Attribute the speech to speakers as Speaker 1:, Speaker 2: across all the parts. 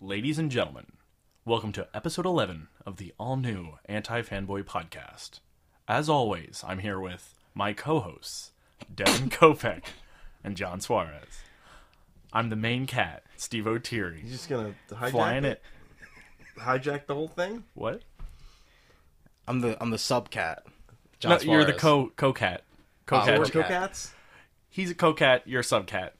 Speaker 1: Ladies and gentlemen, welcome to episode 11 of the all new Anti Fanboy Podcast. As always, I'm here with my co hosts, Devin Kopeck and John Suarez. I'm the main cat, Steve O'Teary,
Speaker 2: He's just gonna hijack
Speaker 1: flying
Speaker 2: the,
Speaker 1: it.
Speaker 2: Hijack the whole thing.
Speaker 1: What?
Speaker 3: I'm the I'm the sub cat. John
Speaker 1: No, you're the
Speaker 3: Suarez.
Speaker 1: co co cat. Co
Speaker 3: Oh, we're
Speaker 1: cat.
Speaker 3: co-
Speaker 2: Cool
Speaker 3: Cat.
Speaker 2: cats.
Speaker 1: He's a co cat, you're a sub cat.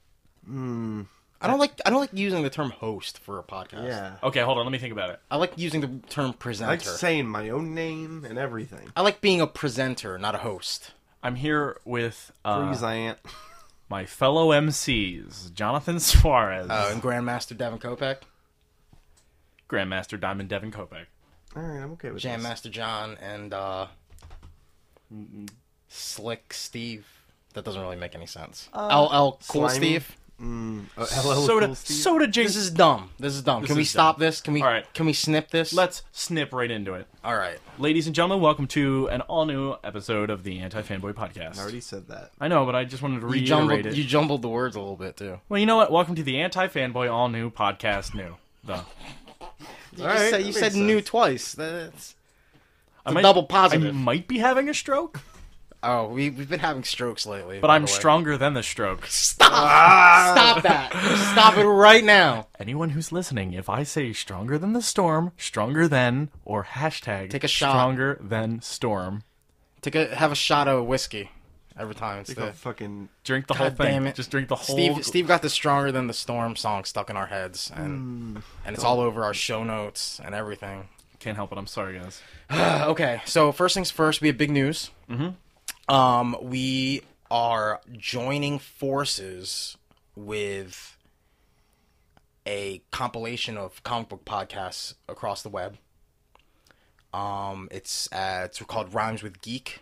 Speaker 3: I don't like I don't like using the term host for a podcast.
Speaker 2: Yeah.
Speaker 1: Okay, hold on, let me think about it.
Speaker 3: I like using the term
Speaker 2: I like
Speaker 3: presenter.
Speaker 2: saying my own name and everything.
Speaker 3: I like being a presenter, not a host.
Speaker 1: I'm here with uh,
Speaker 2: Freeze, I ain't.
Speaker 1: my fellow MCs, Jonathan Suarez,
Speaker 3: Uh, and Grandmaster Devin Kopeck,
Speaker 1: Grandmaster Diamond Devin Kopeck.
Speaker 2: All right, I'm okay with
Speaker 3: Jam
Speaker 2: this.
Speaker 3: Master John, and uh, Slick Steve. That doesn't really make any sense. LL Cool
Speaker 2: slimy.
Speaker 3: Steve.
Speaker 2: Uh, hello,
Speaker 1: soda,
Speaker 2: cool Steve.
Speaker 1: soda Jason.
Speaker 3: This is dumb. This is dumb. Can we
Speaker 1: is
Speaker 3: stop this? Can we?
Speaker 1: All right.
Speaker 3: Can we snip this?
Speaker 1: Let's snip right into it.
Speaker 3: All right.
Speaker 1: Ladies and gentlemen, welcome to an all new episode of the Anti Fanboy Podcast.
Speaker 2: I already said that.
Speaker 1: I know, but I just wanted to
Speaker 3: You
Speaker 1: reiterate
Speaker 3: jumbled.
Speaker 1: it.
Speaker 3: You jumbled the words a little bit too.
Speaker 1: Well, you know what? Welcome to the Anti Fanboy All New Podcast New. Duh.
Speaker 3: You,
Speaker 2: All
Speaker 3: just
Speaker 2: right,
Speaker 3: said,
Speaker 2: that
Speaker 3: you
Speaker 2: makes
Speaker 3: said new
Speaker 2: sense.
Speaker 3: twice. That's
Speaker 1: I
Speaker 3: a double
Speaker 1: I
Speaker 3: positive.
Speaker 1: might be having a stroke,
Speaker 3: Oh, we, we've been having strokes lately.
Speaker 1: but
Speaker 3: by
Speaker 1: I'm
Speaker 3: the way. Ah!
Speaker 1: stronger than the stroke.
Speaker 3: Stop! Stop that! Stop it right now!
Speaker 1: Anyone who's listening, if I say stronger than the storm, stronger than, or hashtag
Speaker 3: Take a shot.
Speaker 1: stronger than storm,
Speaker 3: Take a have a shot of whiskey every time. It's
Speaker 2: Go
Speaker 3: the,
Speaker 2: fucking
Speaker 1: drink the whole
Speaker 3: God
Speaker 1: thing.
Speaker 3: damn it.
Speaker 1: Just drink the whole.
Speaker 3: Steve Steve got the stronger than the storm song stuck in our heads, and and it's all over our show notes and everything.
Speaker 1: Can't help it. I'm sorry, guys.
Speaker 3: Uh, okay, so first things first, we have big news. Mm-hmm. Um, we are joining forces with a compilation of comic book podcasts across the web. Um, it's uh, it's called Rhymes with Geek.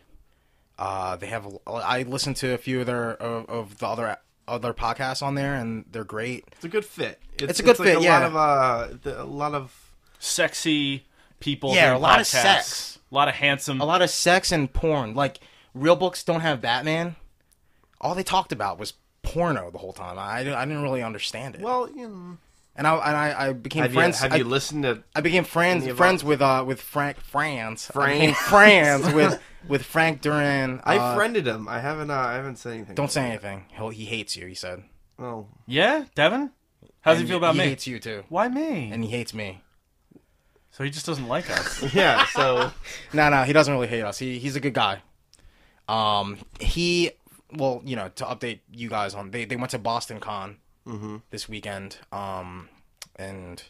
Speaker 3: Uh, they have a- I listened to a few of their of, of the other other podcasts on there, and they're great.
Speaker 2: It's a good fit.
Speaker 3: It's a good
Speaker 2: like
Speaker 3: fit,
Speaker 2: A lot
Speaker 3: yeah.
Speaker 2: of uh, the, a lot of
Speaker 1: Sexy people.
Speaker 3: Yeah,
Speaker 1: doing
Speaker 3: a lot of
Speaker 1: podcasts.
Speaker 3: sex.
Speaker 1: A lot of handsome.
Speaker 3: a lot of sex and porn. Like real books don't have Batman. All they talked about was porno the whole time. I, I didn't really understand it.
Speaker 2: well, you know.
Speaker 3: and I and I, I became
Speaker 2: Have you,
Speaker 3: friends.
Speaker 2: have
Speaker 3: I, uh,
Speaker 2: you listened to?
Speaker 3: I became friends
Speaker 2: any of
Speaker 3: friends with uh with Frank Franz. I
Speaker 2: Franz.
Speaker 3: became friends with with Frank Duran.
Speaker 2: I
Speaker 3: Uh,
Speaker 2: friended him. I haven't. Uh, I haven't said anything.
Speaker 3: don't say anything. He'll, he hates you. He said.
Speaker 2: Well,
Speaker 1: yeah, Devin. How does he
Speaker 3: And
Speaker 1: feel about me?
Speaker 3: He hates you too,
Speaker 1: Why me?
Speaker 3: and he hates me.
Speaker 1: so he just doesn't like us.
Speaker 2: yeah. So
Speaker 3: No, no, he doesn't really hate us. He he's a good guy. Um, he well, you know, to update you guys on they they went to Boston Con
Speaker 2: Mm-hmm.
Speaker 3: this weekend. Um, and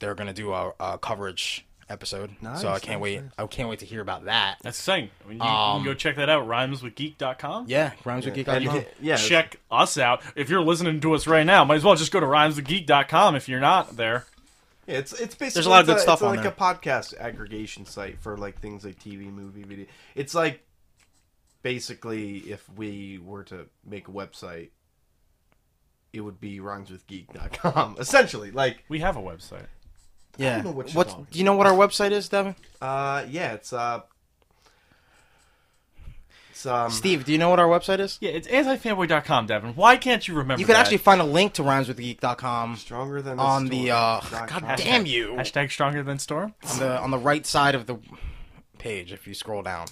Speaker 3: they're gonna do a, a coverage episode.
Speaker 2: Nice,
Speaker 3: so I can't
Speaker 2: nice,
Speaker 3: wait. I can't wait to hear about that.
Speaker 1: That's the thing. I mean, you, you can go check that out. Rhymeswithgeek.com.
Speaker 3: Um, Yeah, rhymes with geek.
Speaker 2: and you can- yeah.
Speaker 1: Check us out. If you're listening to us right now, might as well just go to rhymeswithgeek.com if you're not there.
Speaker 2: Yeah, it's it's basically
Speaker 3: There's a lot of
Speaker 2: it's
Speaker 3: good stuff
Speaker 2: it's
Speaker 3: on
Speaker 2: like
Speaker 3: there.
Speaker 2: a podcast aggregation site for like things like TV, movie, video. It's like basically if we were to make a website, it would be rhymeswithgeek.com essentially. Like,
Speaker 1: We have a website.
Speaker 3: Yeah.
Speaker 2: know what you're
Speaker 3: What's-
Speaker 2: talking
Speaker 3: do you know what our website is, Devin?
Speaker 2: uh, yeah, it's uh, it's um,
Speaker 3: Steve, do you know what our website is?
Speaker 1: Yeah, it's antifanboy.com, Devin. Why can't you remember
Speaker 3: You could
Speaker 1: that?
Speaker 3: actually find a link to rhymeswithgeek.com
Speaker 2: stronger than
Speaker 3: on the uh,
Speaker 2: storm dot com.
Speaker 3: God damn you
Speaker 1: Hashtag stronger than storm.
Speaker 3: on the on the right side of the page if you scroll down.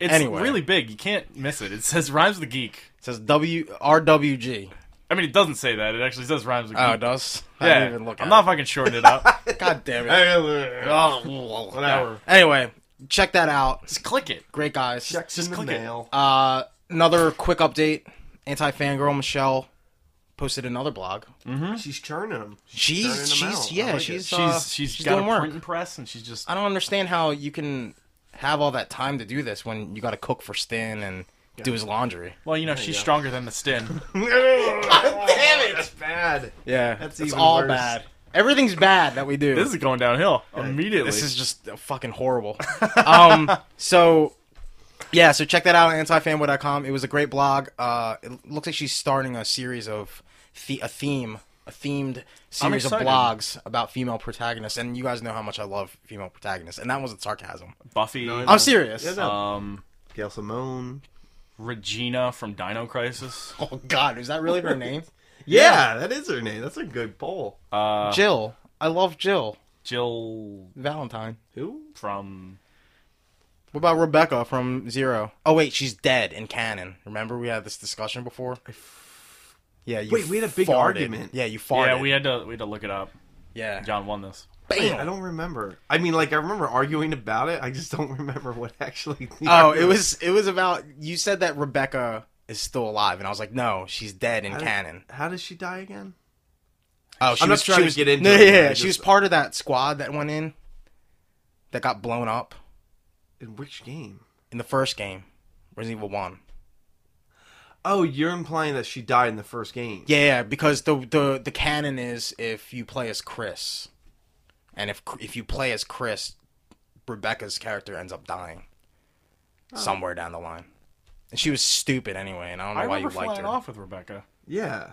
Speaker 1: It's
Speaker 3: Anyway.
Speaker 1: really big. You can't miss it. It says Rhymes with Geek.
Speaker 3: It says W RWG.
Speaker 1: I mean, it doesn't say that. It actually says Rhymes with
Speaker 3: Oh, it
Speaker 1: Geek.
Speaker 3: does. I
Speaker 1: yeah,
Speaker 3: didn't even look at
Speaker 1: I'm not fucking shorting it out.
Speaker 3: it. God damn it.
Speaker 2: Hey,
Speaker 3: Oh,
Speaker 2: Whatever.
Speaker 3: Anyway, check that out.
Speaker 1: just click it.
Speaker 3: Great guys.
Speaker 2: Checks
Speaker 1: Just
Speaker 2: in the
Speaker 1: click it.
Speaker 2: mail.
Speaker 3: Uh, another quick update. Anti fangirl Michelle posted another blog.
Speaker 2: She's churning them.
Speaker 3: She's she's yeah she's
Speaker 1: She's
Speaker 3: uh,
Speaker 1: she's
Speaker 3: she's
Speaker 1: got
Speaker 3: doing
Speaker 1: a
Speaker 3: work.
Speaker 1: printing press and she's just
Speaker 3: I don't understand how you can have all that time to do this when you got to cook for Stan and do his laundry.
Speaker 1: well, you know, she's stronger than the stin.
Speaker 2: damn it! Bad.
Speaker 3: Yeah,
Speaker 2: That's
Speaker 3: that's
Speaker 2: even
Speaker 3: all
Speaker 2: worse.
Speaker 3: bad. Everything's bad that we do.
Speaker 1: this is going downhill immediately.
Speaker 3: This is just fucking horrible. um, so yeah, so check that out on antifanboy.com. It was a great blog. Uh, it looks like she's starting a series of the- a theme, a themed series of
Speaker 1: excited.
Speaker 3: blogs about female protagonists. And you guys know how much I love female protagonists, and that wasn't sarcasm.
Speaker 1: Buffy.
Speaker 3: I'm serious.
Speaker 2: Yeah, no.
Speaker 1: um,
Speaker 2: Gail Simone.
Speaker 1: Regina from Dino Crisis.
Speaker 3: Oh God, is that really her name?
Speaker 2: Yeah, that is her name. That's a good poll.
Speaker 1: Uh,
Speaker 3: Jill. I love Jill
Speaker 1: Jill
Speaker 3: Valentine.
Speaker 2: Who?
Speaker 1: from
Speaker 3: What about Rebecca from Zero? Oh wait, she's dead in canon. Remember we had this discussion before. Yeah, you
Speaker 2: Wait, we had a big
Speaker 3: farted.
Speaker 2: argument.
Speaker 3: Yeah, you farted.
Speaker 1: yeah. We had to we had to look it up.
Speaker 3: yeah.
Speaker 1: John won this.
Speaker 2: Wait,
Speaker 3: Bam!
Speaker 2: I don't remember. I mean, like I remember arguing about it. I just don't remember what actually. the
Speaker 3: Oh, it
Speaker 2: argument-
Speaker 3: was it was about you said that Rebecca is still alive, and I was like, no, she's dead in
Speaker 2: How did-
Speaker 3: canon.
Speaker 2: How does she die again?
Speaker 3: Oh, she
Speaker 2: I'm not
Speaker 3: was
Speaker 2: trying
Speaker 3: she
Speaker 2: to
Speaker 3: was,
Speaker 2: get into
Speaker 3: no,
Speaker 2: it, but I
Speaker 3: Yeah, yeah, she
Speaker 2: just-
Speaker 3: was part of that squad that went in, that got blown up
Speaker 2: In which game?
Speaker 3: in the first game, Resident Evil One.
Speaker 2: Oh, you're implying that she died in the first game.
Speaker 3: Yeah, yeah, because the the the canon is if you play as Chris, and if if you play as Chris, Rebecca's character ends up dying
Speaker 2: Oh.
Speaker 3: somewhere down the line. And she was stupid anyway, and I don't know
Speaker 1: I
Speaker 3: why you
Speaker 1: remember
Speaker 3: liked
Speaker 1: flying
Speaker 3: her.
Speaker 1: off with Rebecca.
Speaker 2: Yeah.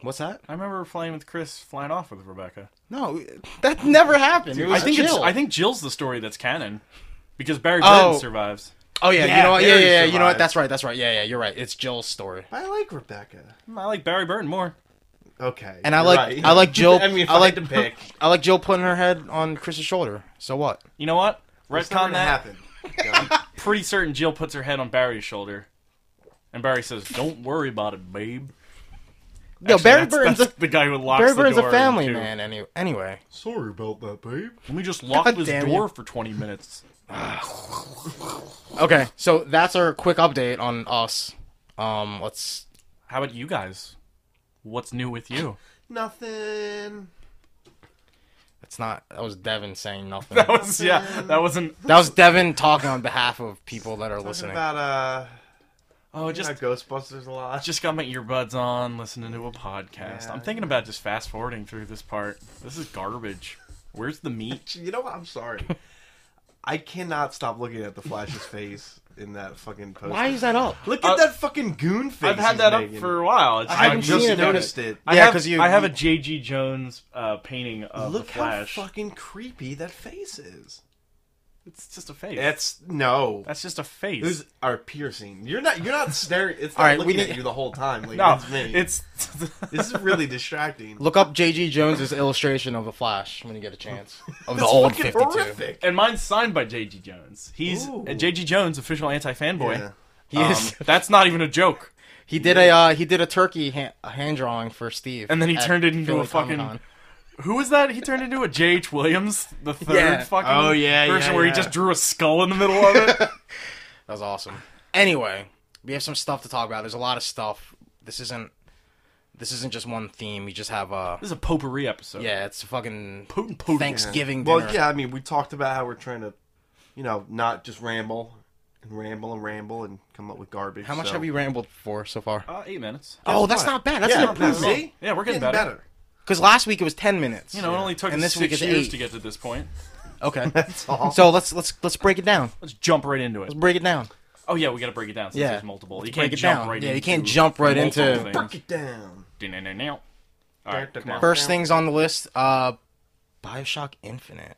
Speaker 3: What's that?
Speaker 1: I remember flying with Chris, flying off with Rebecca.
Speaker 3: No, that never happened. It was
Speaker 1: I think it's,
Speaker 3: Jill.
Speaker 1: I think Jill's the story that's canon because Barry
Speaker 3: Oh.
Speaker 1: Burton survives.
Speaker 3: Oh yeah,
Speaker 2: Yeah,
Speaker 3: you know what? Yeah, yeah,
Speaker 2: Barry
Speaker 3: yeah. You know what?
Speaker 2: survived.
Speaker 3: That's right. That's right. Yeah, yeah. You're right. It's Jill's story.
Speaker 2: I like Rebecca.
Speaker 1: I like Barry Burton more.
Speaker 2: Okay.
Speaker 3: And I
Speaker 2: you're
Speaker 3: like
Speaker 2: right.
Speaker 3: I like Jill.
Speaker 2: I mean, if
Speaker 3: I like
Speaker 2: had to pick.
Speaker 3: I like Jill putting her head on Chris's shoulder. So what?
Speaker 1: You know what?
Speaker 2: It's not
Speaker 1: Retcon
Speaker 2: gonna
Speaker 1: that.
Speaker 2: happen. Yeah.
Speaker 1: Pretty certain Jill puts her head on Barry's shoulder, and Barry says, "Don't worry about it, babe."
Speaker 3: No,
Speaker 1: Actually,
Speaker 3: Barry
Speaker 1: that's-
Speaker 3: Burton's
Speaker 1: that's
Speaker 3: a,
Speaker 1: the guy who locks
Speaker 3: Barry
Speaker 1: the
Speaker 3: Burton's a
Speaker 1: door
Speaker 3: family
Speaker 1: too.
Speaker 3: man. Any, anyway,
Speaker 2: Sorry about that, babe.
Speaker 1: Let me just lock
Speaker 3: God
Speaker 1: this
Speaker 3: damn you.
Speaker 1: door for twenty minutes.
Speaker 3: okay. So that's our quick update on us. Um, let's.
Speaker 1: How about you guys? What's new with you?
Speaker 2: Nothing.
Speaker 3: That's not. That was Devin saying nothing.
Speaker 1: That was yeah. That wasn't.
Speaker 3: that was Devin talking on behalf of people that are
Speaker 2: Talking
Speaker 3: listening.
Speaker 2: about uh,
Speaker 1: Oh, it just
Speaker 2: just Ghostbusters a lot.
Speaker 1: just got my earbuds on, listening to a podcast.
Speaker 2: Yeah.
Speaker 1: I'm thinking about just fast forwarding through this part. This is garbage. Where's the meat?
Speaker 2: You know what? I'm sorry. I cannot stop looking at the Flash's face in that fucking post.
Speaker 3: Why is that up?
Speaker 2: Look at
Speaker 1: Uh,
Speaker 2: that fucking goon face.
Speaker 1: I've had
Speaker 2: he's
Speaker 1: that up
Speaker 2: making.
Speaker 1: for a while. It's
Speaker 2: I
Speaker 1: I haven't
Speaker 2: haven't
Speaker 3: seen
Speaker 2: just
Speaker 3: it, but-
Speaker 2: noticed it.
Speaker 1: I
Speaker 3: Yeah,
Speaker 1: have,
Speaker 3: 'cause you-
Speaker 1: I have a
Speaker 3: you-
Speaker 1: JG Jones uh, painting of
Speaker 2: Look
Speaker 1: the
Speaker 2: how
Speaker 1: Flash.
Speaker 2: fucking creepy that face is.
Speaker 1: It's just a face.
Speaker 2: It's no.
Speaker 1: That's just a face.
Speaker 2: Those are piercing. You're not. You're not staring. It's not
Speaker 3: All right, we
Speaker 2: looking
Speaker 3: need-
Speaker 2: at you the whole time. Like
Speaker 1: no,
Speaker 2: it's me.
Speaker 1: it's
Speaker 2: this is really distracting.
Speaker 3: Look up JG Jones's illustration of the Flash when you get a chance of the
Speaker 2: It's
Speaker 3: old
Speaker 2: fucking
Speaker 3: fifty two.
Speaker 2: horrific.
Speaker 1: and mine's signed by JG Jones. He's
Speaker 2: Ooh.
Speaker 1: a JG Jones official anti fanboy.
Speaker 2: Yeah.
Speaker 3: He is.
Speaker 1: that's not even a joke.
Speaker 3: He did a uh, he did a turkey hand, a hand drawing for Steve,
Speaker 1: And then he
Speaker 3: at
Speaker 1: turned it into
Speaker 3: Philly
Speaker 1: a fucking-
Speaker 3: Comic-Con.
Speaker 1: Who was that? He turned into a J.H. Williams, the third
Speaker 3: Yeah.
Speaker 1: fucking
Speaker 2: Oh, yeah,
Speaker 1: person
Speaker 2: yeah,
Speaker 1: where
Speaker 2: yeah.
Speaker 1: he just drew a skull in the middle of it.
Speaker 3: That was awesome. Anyway, we have some stuff to talk about. There's a lot of stuff. This isn't this isn't just one theme. We just have uh
Speaker 1: This is a potpourri episode.
Speaker 3: yeah, it's a fucking
Speaker 1: Potent potpourri.
Speaker 3: Thanksgiving dinner.
Speaker 2: Well, yeah. I mean, we talked about how we're trying to, you know, not just ramble and ramble and ramble and come up with garbage.
Speaker 3: How much
Speaker 2: so-
Speaker 3: have you rambled for so far?
Speaker 1: Uh, eight minutes.
Speaker 3: oh, that's
Speaker 2: what?
Speaker 3: not bad. That's
Speaker 2: yeah,
Speaker 3: an improvement.
Speaker 2: See?
Speaker 1: Yeah, we're getting better.
Speaker 3: Because last week it was ten minutes.
Speaker 1: You know, it only took
Speaker 3: And
Speaker 1: us
Speaker 3: this week
Speaker 1: six
Speaker 3: is
Speaker 1: years
Speaker 3: eight.
Speaker 1: to get to this point.
Speaker 3: Okay.
Speaker 2: That's all.
Speaker 3: so let's let's let's break it down.
Speaker 1: Let's jump right into it.
Speaker 3: Let's break it down.
Speaker 1: Oh yeah, we got to break it down since
Speaker 3: Yeah.
Speaker 1: there's multiple. You
Speaker 3: break
Speaker 1: can't
Speaker 3: it
Speaker 1: jump
Speaker 3: down.
Speaker 1: right.
Speaker 3: Yeah, you
Speaker 1: into
Speaker 3: can't jump right
Speaker 1: multiple
Speaker 3: into-
Speaker 1: things.
Speaker 2: break it down.
Speaker 1: All right, come on.
Speaker 3: First things on the list, uh Bioshock Infinite.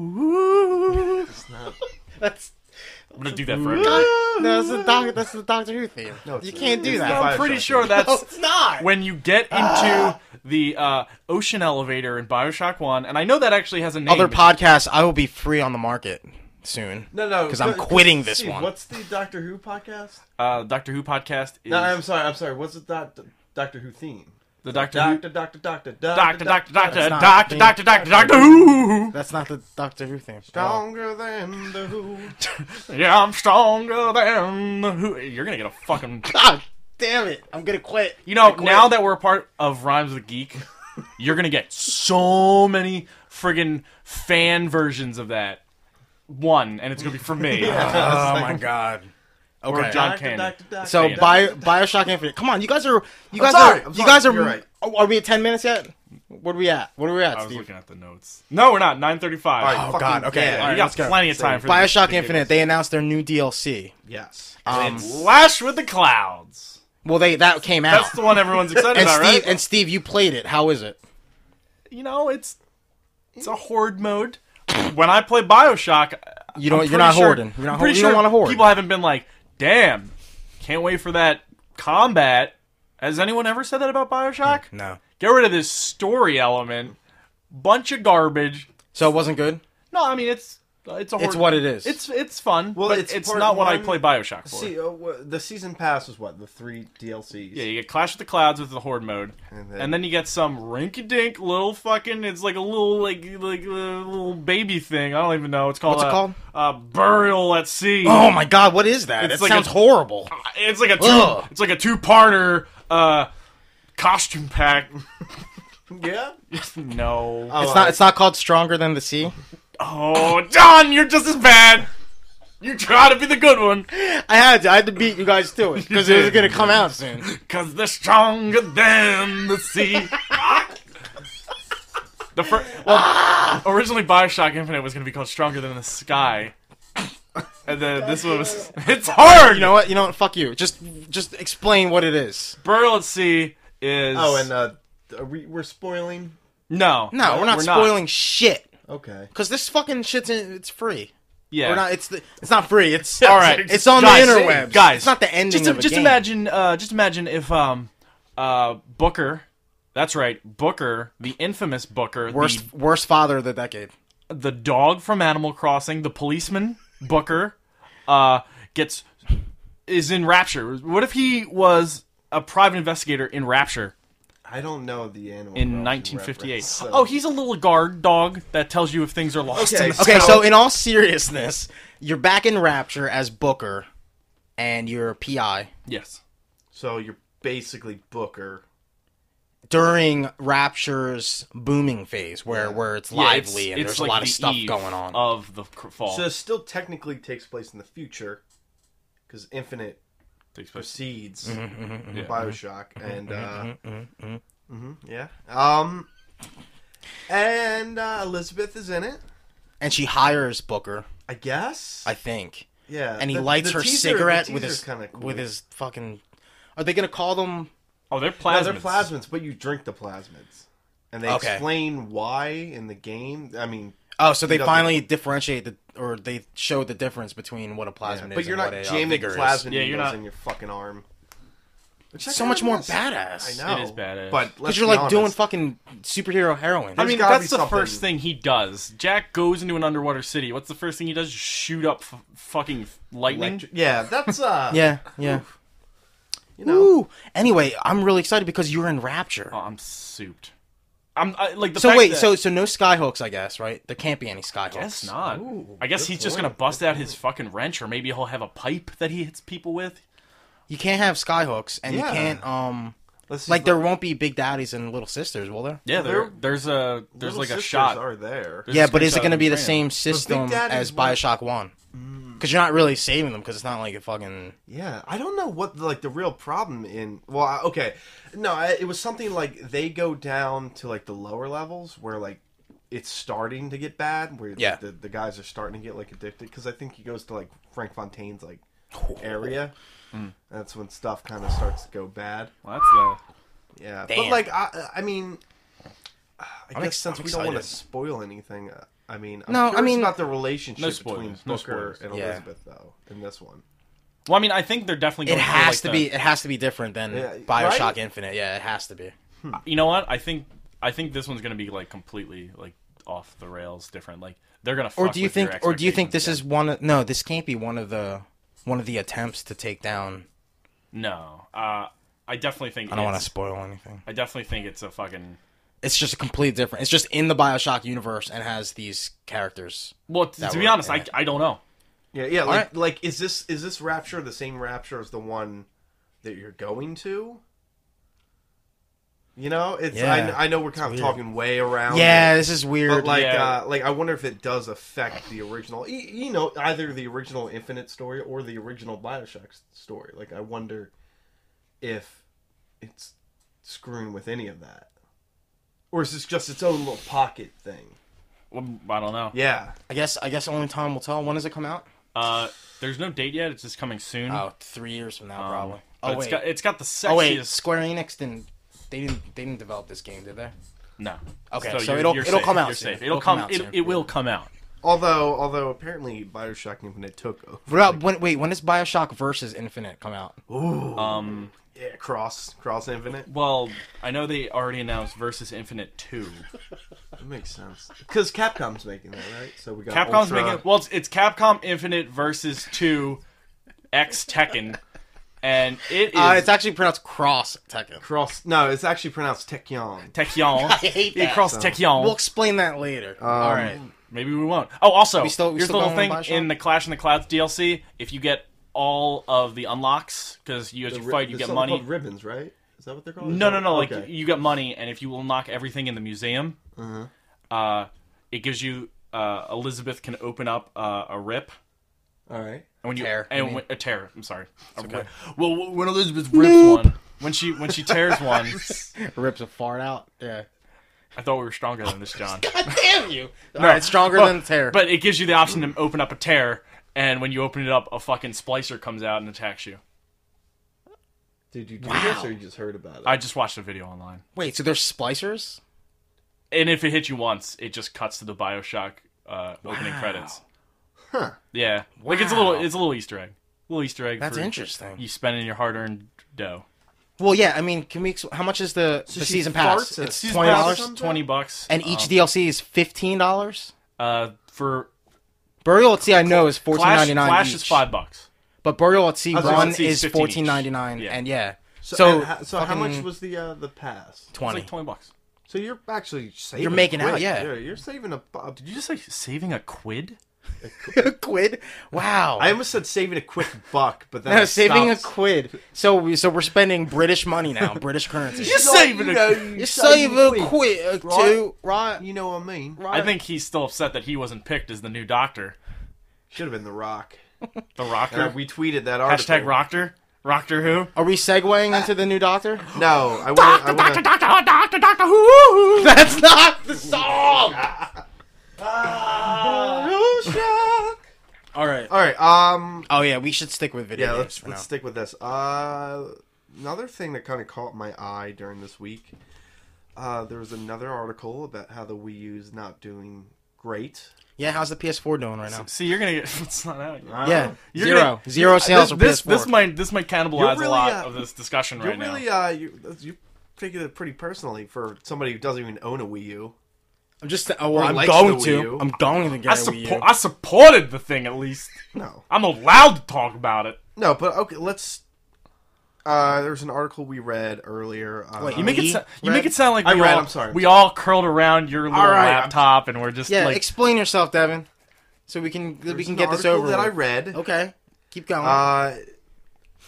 Speaker 1: Ooh.
Speaker 2: It's not.
Speaker 3: That's
Speaker 1: I'm gonna do
Speaker 2: Mm-hmm.
Speaker 1: that for everybody.
Speaker 3: that's the doc that's the Doctor Who theme.
Speaker 2: No, it's
Speaker 3: you
Speaker 2: not.
Speaker 3: can't do
Speaker 2: It's
Speaker 3: that.
Speaker 2: not.
Speaker 1: I'm pretty
Speaker 2: Bioshock.
Speaker 1: sure that's
Speaker 3: it's not.
Speaker 1: when you get into the uh, ocean elevator in Bioshock One, and I know that actually has a name.
Speaker 3: other
Speaker 1: but-
Speaker 3: podcasts, I will be free on the market soon.
Speaker 2: No, no.
Speaker 3: because
Speaker 2: no,
Speaker 3: I'm quitting this
Speaker 2: Steve,
Speaker 3: one.
Speaker 2: What's the Doctor Who podcast?
Speaker 1: Uh, Doctor Who podcast is
Speaker 2: No, I'm sorry. I'm sorry. What's the doc- Doctor Who theme?
Speaker 1: the Doctor Who.
Speaker 2: Doctor, Doctor, Doctor,
Speaker 1: Doctor,
Speaker 2: Doctor,
Speaker 1: Doctor, Doctor,
Speaker 3: not-
Speaker 1: Doctor, Doctor, Doctor, Doctor Who.
Speaker 3: That's not the Doctor Who Oh. thing.
Speaker 2: Stronger than the Who.
Speaker 1: Yeah, I'm stronger than the Who. You're gonna get a fucking.
Speaker 3: God damn it! I'm gonna quit.
Speaker 1: You know, now that we're a part of Rhymes with Geek, you're gonna get so many friggin' fan versions of that. One, and it's gonna be from me.
Speaker 3: Oh my god. Okay.
Speaker 1: John
Speaker 2: Doctor,
Speaker 1: Candy.
Speaker 2: Doctor, Doctor,
Speaker 3: so
Speaker 2: Doctor.
Speaker 3: Bio, Bioshock Infinite. Come on, you guys are you guys
Speaker 2: sorry,
Speaker 3: are
Speaker 2: I'm
Speaker 3: you
Speaker 2: sorry,
Speaker 3: guys are.
Speaker 2: you're right.
Speaker 3: Oh, are we at ten minutes yet? What are we at? What are we at,
Speaker 1: I was
Speaker 3: Steve?
Speaker 1: looking at the notes. No, we're not. Nine thirty-five.
Speaker 2: All right,
Speaker 3: Oh
Speaker 2: fucking-
Speaker 3: god. Okay.
Speaker 2: yeah.
Speaker 3: all
Speaker 1: you
Speaker 3: right,
Speaker 1: got
Speaker 3: let's go.
Speaker 1: plenty of time for
Speaker 3: Bioshock
Speaker 1: this.
Speaker 3: Infinite. They announced their new DLC.
Speaker 2: Yes.
Speaker 3: Um,
Speaker 1: Lash with the clouds.
Speaker 3: Well, they that came out.
Speaker 1: That's the one everyone's excited
Speaker 3: and
Speaker 1: about,
Speaker 3: Steve
Speaker 1: right?
Speaker 3: and Steve, you played it. How is it?
Speaker 1: you know, it's it's a horde mode. When I play Bioshock,
Speaker 3: You don't.
Speaker 1: I'm
Speaker 3: You're not
Speaker 1: pretty sure-
Speaker 3: hoarding. You're
Speaker 1: I'm
Speaker 3: not.
Speaker 1: pretty
Speaker 3: hoarding. you don't
Speaker 1: sure
Speaker 3: want to hoard.
Speaker 1: People haven't been like, "Damn, can't wait for that combat." Has anyone ever said that about Bioshock?
Speaker 3: No.
Speaker 1: Get rid of this story element. Bunch of garbage.
Speaker 3: So it wasn't good.
Speaker 1: No, I mean it's it's a hor-
Speaker 3: It's what it is.
Speaker 1: It's it's fun.
Speaker 2: Well,
Speaker 1: but
Speaker 2: it's
Speaker 1: it's,
Speaker 2: part
Speaker 1: not what I
Speaker 2: one-
Speaker 1: play Bioshock for.
Speaker 2: See, uh, wha- the season pass was what the three DLCs.
Speaker 1: Yeah, you get Clash of the Clouds with the Horde mode,
Speaker 2: And
Speaker 1: and
Speaker 2: then-
Speaker 1: then, you get some rinky-dink little fucking. It's like a little like like a little baby thing. I don't even know. It's called
Speaker 3: What's it
Speaker 1: uh,
Speaker 3: called?
Speaker 1: Uh, Burial at Sea.
Speaker 3: Oh my god, what is that?
Speaker 1: It's
Speaker 3: That
Speaker 1: like
Speaker 3: sounds
Speaker 1: a-
Speaker 3: horrible.
Speaker 1: It's like a two.
Speaker 3: Ugh.
Speaker 1: It's like a two-parter uh, costume pack.
Speaker 2: yeah.
Speaker 1: no.
Speaker 3: It's not. It's not called Stronger Than the Sea.
Speaker 1: oh, John, you're just as bad. You try to be the good one,
Speaker 3: I had to. I had to beat you guys to it because it was gonna come out soon.
Speaker 1: cause they're stronger than the sea. the first, well, originally Bioshock Infinite was gonna be called Stronger Than the Sky, and then this one was. It's hard.
Speaker 3: You know what? You know what? Fuck you. Just, just explain what it is.
Speaker 1: Burial at Sea is.
Speaker 2: Oh, and uh, are we we're spoiling.
Speaker 1: no,
Speaker 3: No, we're not spoiling shit.
Speaker 2: Okay.
Speaker 3: Cause this fucking shit's in, it's free.
Speaker 1: Yeah,
Speaker 3: We're not. It's the, it's not free. It's
Speaker 1: All right.
Speaker 3: It's on
Speaker 1: Guys,
Speaker 3: the interwebs.
Speaker 1: guys,
Speaker 3: it's not the ending
Speaker 1: just
Speaker 3: of a
Speaker 1: just
Speaker 3: game.
Speaker 1: imagine uh, just imagine if um uh Booker that's right Booker the infamous Booker
Speaker 3: Worst, worst father of the decade.
Speaker 1: the, the dog from Animal Crossing the policeman Booker uh gets is in Rapture what if he was a private investigator in Rapture
Speaker 2: I don't know the animal.
Speaker 1: in
Speaker 2: Crossing
Speaker 1: 1958
Speaker 2: reference, so-
Speaker 1: oh he's a little guard dog that tells you if things are lost
Speaker 2: Okay,
Speaker 1: in the
Speaker 3: Okay,
Speaker 2: So-
Speaker 3: so in all seriousness, you're back in Rapture as Booker, and you're a PI
Speaker 1: yes
Speaker 2: so you're basically Booker.
Speaker 3: during Rapture's booming phase, where where it's lively
Speaker 1: Yeah,
Speaker 3: and there's
Speaker 1: like
Speaker 3: a lot of
Speaker 1: the
Speaker 3: stuff
Speaker 1: eve
Speaker 3: going on.
Speaker 1: of the cr- fall
Speaker 2: So it still technically takes place in the future, because Infinite
Speaker 1: takes place
Speaker 2: proceeds
Speaker 3: Mm-hmm,
Speaker 1: Yeah.
Speaker 2: Bioshock, and uh,
Speaker 3: mm-hmm.
Speaker 2: mhm, yeah, um, and uh, Elizabeth is in it,
Speaker 3: and she hires Booker,
Speaker 2: I guess.
Speaker 3: I think,
Speaker 2: yeah,
Speaker 3: and he
Speaker 2: the-
Speaker 3: lights
Speaker 2: the
Speaker 3: her
Speaker 2: teaser-
Speaker 3: cigarette
Speaker 2: the
Speaker 3: with his
Speaker 2: teaser's kinda cool.
Speaker 3: with his fucking. Are they gonna call them?
Speaker 1: oh they're
Speaker 2: No,
Speaker 1: plasmids
Speaker 2: they're plasmids, but you drink the plasmids, and they
Speaker 3: Okay.
Speaker 2: explain why in the game. I mean,
Speaker 3: Oh, so they
Speaker 2: doesn't-
Speaker 3: finally differentiate the, or they show the difference between what a plasmid is.
Speaker 2: but you're
Speaker 3: and
Speaker 2: not
Speaker 3: what a, uh,
Speaker 2: jamming
Speaker 3: vigor is.
Speaker 2: plasmid
Speaker 1: Yeah,
Speaker 2: needles
Speaker 1: you're not-
Speaker 2: in your fucking arm. Which I
Speaker 3: So much
Speaker 2: kinda
Speaker 3: more
Speaker 2: miss.
Speaker 3: badass.
Speaker 2: I know
Speaker 1: It is badass.
Speaker 2: but let's
Speaker 3: Because you're
Speaker 2: be
Speaker 3: like doing
Speaker 2: honest.
Speaker 3: fucking superhero heroin.
Speaker 1: I
Speaker 2: There's
Speaker 1: mean,
Speaker 2: gotta
Speaker 1: that's
Speaker 2: be
Speaker 1: the first
Speaker 2: something-
Speaker 1: thing he does. Jack goes into an underwater city. What's the first thing he does? Shoot up f- fucking lightning.
Speaker 2: Electri- yeah, that's uh,
Speaker 3: yeah, yeah.
Speaker 2: you know,
Speaker 3: Ooh. Anyway, I'm really excited because you're in Rapture.
Speaker 1: Oh, I'm souped. I'm I, like the
Speaker 3: so
Speaker 1: fact
Speaker 3: wait,
Speaker 1: that-
Speaker 3: so so no skyhooks, I guess, right? There can't be any skyhooks.
Speaker 1: guess not.
Speaker 2: Ooh,
Speaker 1: I guess
Speaker 2: good
Speaker 1: he's just
Speaker 2: point,
Speaker 1: gonna bust out his fucking wrench, or maybe he'll have a pipe that he hits people with.
Speaker 3: You can't have skyhooks, and
Speaker 2: Yeah.
Speaker 3: you can't um
Speaker 2: let's just
Speaker 3: like
Speaker 2: let-
Speaker 3: there won't be big daddies and little sisters, will there?
Speaker 1: Yeah,
Speaker 2: there-
Speaker 1: there, there's a there's
Speaker 2: Little
Speaker 1: like a
Speaker 2: Sisters
Speaker 1: shot.
Speaker 2: are there.
Speaker 1: There's
Speaker 3: Yeah,
Speaker 1: a
Speaker 3: but is
Speaker 1: screenshot
Speaker 3: it
Speaker 1: of
Speaker 3: going to
Speaker 1: him
Speaker 3: be the
Speaker 1: training.
Speaker 3: same system
Speaker 2: daddies
Speaker 3: as
Speaker 2: won't-
Speaker 3: Bioshock One?
Speaker 2: Mm.
Speaker 3: Because you're not really saving them, because it's not like a fucking.
Speaker 2: Yeah, I don't know what like the real problem in. Well, I- okay, no, I, it was something like they go down to like the lower levels where like it's starting to get bad, where
Speaker 3: Yeah.
Speaker 2: the, the guys are starting to get like addicted. Because I think he goes to like Frank Fontaine's like area.
Speaker 3: Mm.
Speaker 2: That's when stuff kind of starts to go bad.
Speaker 1: Well, that's
Speaker 2: uh,
Speaker 1: the.
Speaker 2: Yeah, but
Speaker 3: Damn.
Speaker 2: like I, I mean, I guess
Speaker 3: ex-
Speaker 2: since
Speaker 3: I'm
Speaker 2: we don't want to
Speaker 3: excited.
Speaker 2: spoil anything, uh, I mean, I'm
Speaker 3: No, I
Speaker 2: curious
Speaker 3: mean-
Speaker 2: about the relationship
Speaker 1: No
Speaker 2: between
Speaker 1: spoilers, no
Speaker 2: Booker
Speaker 1: spoilers.
Speaker 2: and
Speaker 3: Yeah.
Speaker 2: Elizabeth though in this one.
Speaker 1: Well, I mean, I think they're definitely.
Speaker 3: It
Speaker 1: Going for,
Speaker 3: has
Speaker 1: like,
Speaker 3: to
Speaker 1: the-
Speaker 3: be. It has to be different than
Speaker 2: Yeah,
Speaker 3: Bioshock
Speaker 2: right?
Speaker 3: Infinite. Yeah, it has to be.
Speaker 1: you know what? I think I think this one's gonna be like completely like off the rails, different. Like they're gonna.
Speaker 3: Or
Speaker 1: fuck
Speaker 3: do you
Speaker 1: with your
Speaker 3: think? Or do you think this
Speaker 1: expectations.
Speaker 3: is one? Of, no, this can't be one of the one of the attempts to take down.
Speaker 1: No, uh, I definitely think.
Speaker 3: I don't want to
Speaker 1: it's-
Speaker 3: spoil anything.
Speaker 1: I definitely think it's a fucking.
Speaker 3: It's just a complete different. It's just in the Bioshock universe and has these characters.
Speaker 1: Well, t-
Speaker 3: That
Speaker 1: to
Speaker 3: would-
Speaker 1: be honest,
Speaker 3: yeah.
Speaker 1: I, I don't know.
Speaker 2: Yeah, yeah. Like,
Speaker 3: right.
Speaker 2: like, is this is this rapture the same rapture as the one that you're going to? You know, it's.
Speaker 3: Yeah.
Speaker 2: I, I know we're kind of
Speaker 3: It's weird.
Speaker 2: talking way around.
Speaker 3: Yeah,
Speaker 2: it,
Speaker 3: this is weird.
Speaker 2: but like,
Speaker 1: Yeah.
Speaker 2: uh, like I wonder if it does affect the original. y- You know, either the original Infinite story or the original Bioshock s- story. Like, I wonder if it's screwing with any of that, or is this just its own little pocket thing?
Speaker 1: Well, I don't know.
Speaker 2: Yeah,
Speaker 3: I guess. I guess only time will tell. When does it come out?
Speaker 1: Uh, there's no date yet. It's just coming soon.
Speaker 3: Oh, three years from now,
Speaker 1: Um,
Speaker 3: probably.
Speaker 1: but
Speaker 3: Oh
Speaker 1: it's
Speaker 3: wait.
Speaker 1: got it's got the sexiest.
Speaker 3: Oh wait. Square Enix didn't. They didn't. They didn't develop this game, did they?
Speaker 1: No.
Speaker 3: Okay, so it'll- it'll
Speaker 1: safe.
Speaker 3: come out
Speaker 1: You're
Speaker 3: soon.
Speaker 1: safe. It'll, come. out it,
Speaker 3: soon.
Speaker 1: it will come out.
Speaker 2: although although apparently Bioshock Infinite took over.
Speaker 3: What about when? Wait, when does Bioshock versus Infinite come out?
Speaker 1: Um,
Speaker 2: Yeah, cross cross infinite.
Speaker 1: Well, I know they already announced Versus Infinite 2.
Speaker 2: That makes sense because Capcom's making that, right? So we got
Speaker 1: Capcom's
Speaker 2: Ultra.
Speaker 1: making well, it's, it's Capcom Infinite Versus 2 X Tekken, and it is
Speaker 3: Uh, it's actually pronounced cross Tekken.
Speaker 2: cross. No, it's actually pronounced Tekken.
Speaker 1: Tekken.
Speaker 3: I hate
Speaker 1: It
Speaker 3: that.
Speaker 1: crossed Tekken.
Speaker 3: We'll explain that later. All right.
Speaker 1: Maybe we won't. Oh, also,
Speaker 3: We still- we
Speaker 1: here's
Speaker 3: still
Speaker 1: the little
Speaker 3: going
Speaker 1: thing
Speaker 3: on Bioshock?
Speaker 1: in the Clash in the Clouds DLC. If you get all of the unlocks, because you as you
Speaker 2: Ri-
Speaker 1: fight, you get
Speaker 2: there's something
Speaker 1: money.
Speaker 2: called ribbons, right? Is that what they're called?
Speaker 1: No, no, no. Like
Speaker 2: Okay.
Speaker 1: you get money, and if you unlock everything in the museum, uh, it gives you uh, Elizabeth can open up uh, a rip.
Speaker 2: all right.
Speaker 1: And when you
Speaker 3: Tear, you
Speaker 1: and
Speaker 3: mean.
Speaker 1: when, a tear, I'm sorry. A rip. Well, w- when Elizabeth rips one, when she when she tears one,
Speaker 3: Rips a fart out. Yeah.
Speaker 1: I thought we were stronger than this, John.
Speaker 3: God damn you! All right, stronger than tear.
Speaker 1: But it gives you the option to open up a tear, and when you open it up, a fucking splicer comes out and attacks you.
Speaker 2: Did you do
Speaker 3: Wow.
Speaker 2: this or you just heard about it?
Speaker 1: I just watched a video online,
Speaker 3: wait, so there's splicers?
Speaker 1: and if it hits you once, it just cuts to the Bioshock uh, opening
Speaker 3: Wow.
Speaker 1: credits.
Speaker 2: Huh.
Speaker 1: Yeah, like it's a
Speaker 3: Wow.
Speaker 1: little, it's a little Easter egg, little Easter egg.
Speaker 3: That's
Speaker 1: for
Speaker 3: interesting.
Speaker 1: You spending your hard-earned dough.
Speaker 3: Well, yeah. I mean, can we? ex- How much is the, the
Speaker 2: she
Speaker 3: season
Speaker 2: farts
Speaker 3: pass?
Speaker 2: at-
Speaker 3: It's
Speaker 2: Season
Speaker 3: twenty
Speaker 2: pass or
Speaker 3: dollars,
Speaker 2: something?
Speaker 1: twenty bucks,
Speaker 3: and each DLC is fifteen dollars.
Speaker 1: uh, for
Speaker 3: Burial at Sea, I know, is fourteen
Speaker 1: Flash,
Speaker 3: ninety nine
Speaker 1: Flash
Speaker 3: each.
Speaker 1: is five bucks.
Speaker 3: But Burial at Sea
Speaker 2: was gonna
Speaker 3: Run
Speaker 1: say it's
Speaker 3: is
Speaker 1: 15 each.
Speaker 3: fourteen ninety nine,
Speaker 1: Yeah.
Speaker 3: and yeah.
Speaker 2: So,
Speaker 3: So,
Speaker 2: and ho- so how much
Speaker 3: fucking
Speaker 2: was the uh, the pass?
Speaker 1: It's
Speaker 3: twenty?
Speaker 1: like twenty bucks.
Speaker 2: So you're actually saving.
Speaker 3: You're making
Speaker 2: quick.
Speaker 3: out, yeah.
Speaker 2: You're, you're saving a. bu-
Speaker 1: Did you just say saving a quid?
Speaker 3: quid? Wow.
Speaker 2: I almost said saving a quick buck, but then
Speaker 3: No,
Speaker 2: I
Speaker 3: saving a
Speaker 2: stopped.
Speaker 3: quid. So we so we're spending British money now, British currency.
Speaker 1: You're saving a-
Speaker 3: You save a quid
Speaker 2: right?
Speaker 3: to right.
Speaker 2: You know what I mean?
Speaker 1: I think he's still upset that he wasn't picked as the new Doctor,
Speaker 2: Should have been the Rock.
Speaker 1: the
Speaker 2: And I-
Speaker 1: Rocker.
Speaker 2: we tweeted that article.
Speaker 1: Hashtag Rocker. Rocker who?
Speaker 3: Are we segueing into the new doctor?
Speaker 2: No, I want. I want.
Speaker 1: Doctor, Doctor, Doctor Who.
Speaker 3: That's not the song. All right.
Speaker 2: All right. Um.
Speaker 3: Oh yeah, we should stick with video
Speaker 2: Yeah.
Speaker 3: games
Speaker 2: Let's
Speaker 3: for
Speaker 2: let's
Speaker 3: now.
Speaker 2: stick with this. Uh, another thing that kind of caught my eye during this week. Uh, there was another article about how the Wii U's not doing great.
Speaker 3: Yeah, how's the PS4 doing right now?
Speaker 1: See, you're gonna get. It's not out yet.
Speaker 2: uh,
Speaker 3: Yeah,
Speaker 1: You're
Speaker 3: zero,
Speaker 1: gonna-
Speaker 3: zero
Speaker 1: this,
Speaker 3: sales for
Speaker 1: this,
Speaker 3: PS4.
Speaker 1: this might this might cannibalize
Speaker 2: You're
Speaker 1: a lot
Speaker 2: really, uh,
Speaker 1: of this discussion
Speaker 2: You're
Speaker 1: right
Speaker 2: really
Speaker 1: now.
Speaker 2: uh you you taking it pretty personally for somebody who doesn't even own a Wii U.
Speaker 3: I'm just. Oh, well,
Speaker 2: Or
Speaker 3: I'm
Speaker 2: likes
Speaker 3: going
Speaker 2: the Wii
Speaker 3: to.
Speaker 2: U.
Speaker 3: I'm going to get
Speaker 1: I,
Speaker 3: a Wii U.
Speaker 1: suppo- I supported the thing at least.
Speaker 2: No.
Speaker 1: I'm allowed to talk about it.
Speaker 2: No, but okay, let's uh there's an article we read earlier. Uh,
Speaker 3: Wait,
Speaker 1: You make it
Speaker 3: Me?
Speaker 1: so- you
Speaker 2: Red?
Speaker 1: make it sound like
Speaker 2: I
Speaker 1: we
Speaker 2: read,
Speaker 1: all
Speaker 2: I'm sorry.
Speaker 1: we all curled around your little
Speaker 2: All right, I'm-
Speaker 1: laptop and we're just
Speaker 3: yeah,
Speaker 1: like
Speaker 3: explain yourself, Devin, so we can we
Speaker 2: there's
Speaker 3: can
Speaker 2: an
Speaker 3: get this
Speaker 2: article
Speaker 3: over.
Speaker 2: that I
Speaker 3: with. Oh,
Speaker 2: read.
Speaker 3: Okay, keep going.
Speaker 2: Uh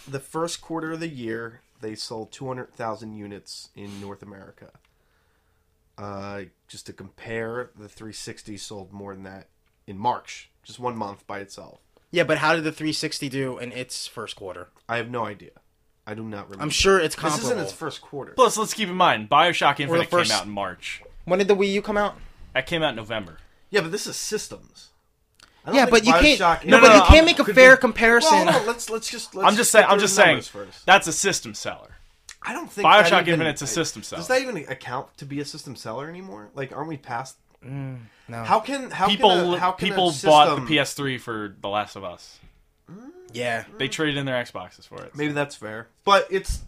Speaker 2: the first quarter of the year they sold 200,000 units in North America. Uh just to compare, the 360 sold more than that in March, just one month by itself.
Speaker 3: yeah, but how did the 360 do in its first quarter?
Speaker 2: I have no idea. I do not remember.
Speaker 3: I'm sure it's
Speaker 2: this
Speaker 3: comparable.
Speaker 2: isn't its first quarter.
Speaker 1: Plus, let's keep in mind, Bioshock Infinite
Speaker 3: first-
Speaker 1: came out in March.
Speaker 3: When did the Wii U come out?
Speaker 1: That came out in November.
Speaker 2: Yeah, but this is systems. I don't
Speaker 3: Yeah,
Speaker 2: think
Speaker 3: but you can't.
Speaker 2: Bioshock
Speaker 3: no,
Speaker 1: No,
Speaker 2: is-
Speaker 3: but
Speaker 1: no,
Speaker 3: you can't
Speaker 1: I'm-
Speaker 3: make a
Speaker 2: could
Speaker 3: fair
Speaker 2: be-
Speaker 3: comparison.
Speaker 2: Well, hold on, let's let's just. Let's
Speaker 1: I'm just saying.
Speaker 2: get
Speaker 1: I'm
Speaker 2: through
Speaker 1: just
Speaker 2: the
Speaker 1: saying.
Speaker 2: numbers First.
Speaker 1: That's a system seller.
Speaker 2: I don't think
Speaker 1: Bioshock
Speaker 2: that even-
Speaker 1: Infinite's a system seller.
Speaker 2: Does that even account to be a system seller anymore? Like, aren't we past?
Speaker 3: no.
Speaker 2: How can how can
Speaker 1: People
Speaker 2: a, how can
Speaker 1: people
Speaker 2: a system,
Speaker 1: bought the PS3 for The Last of Us.
Speaker 3: Yeah,
Speaker 2: Hmm?
Speaker 1: They traded in their Xboxes for it.
Speaker 2: Maybe that's fair, but it's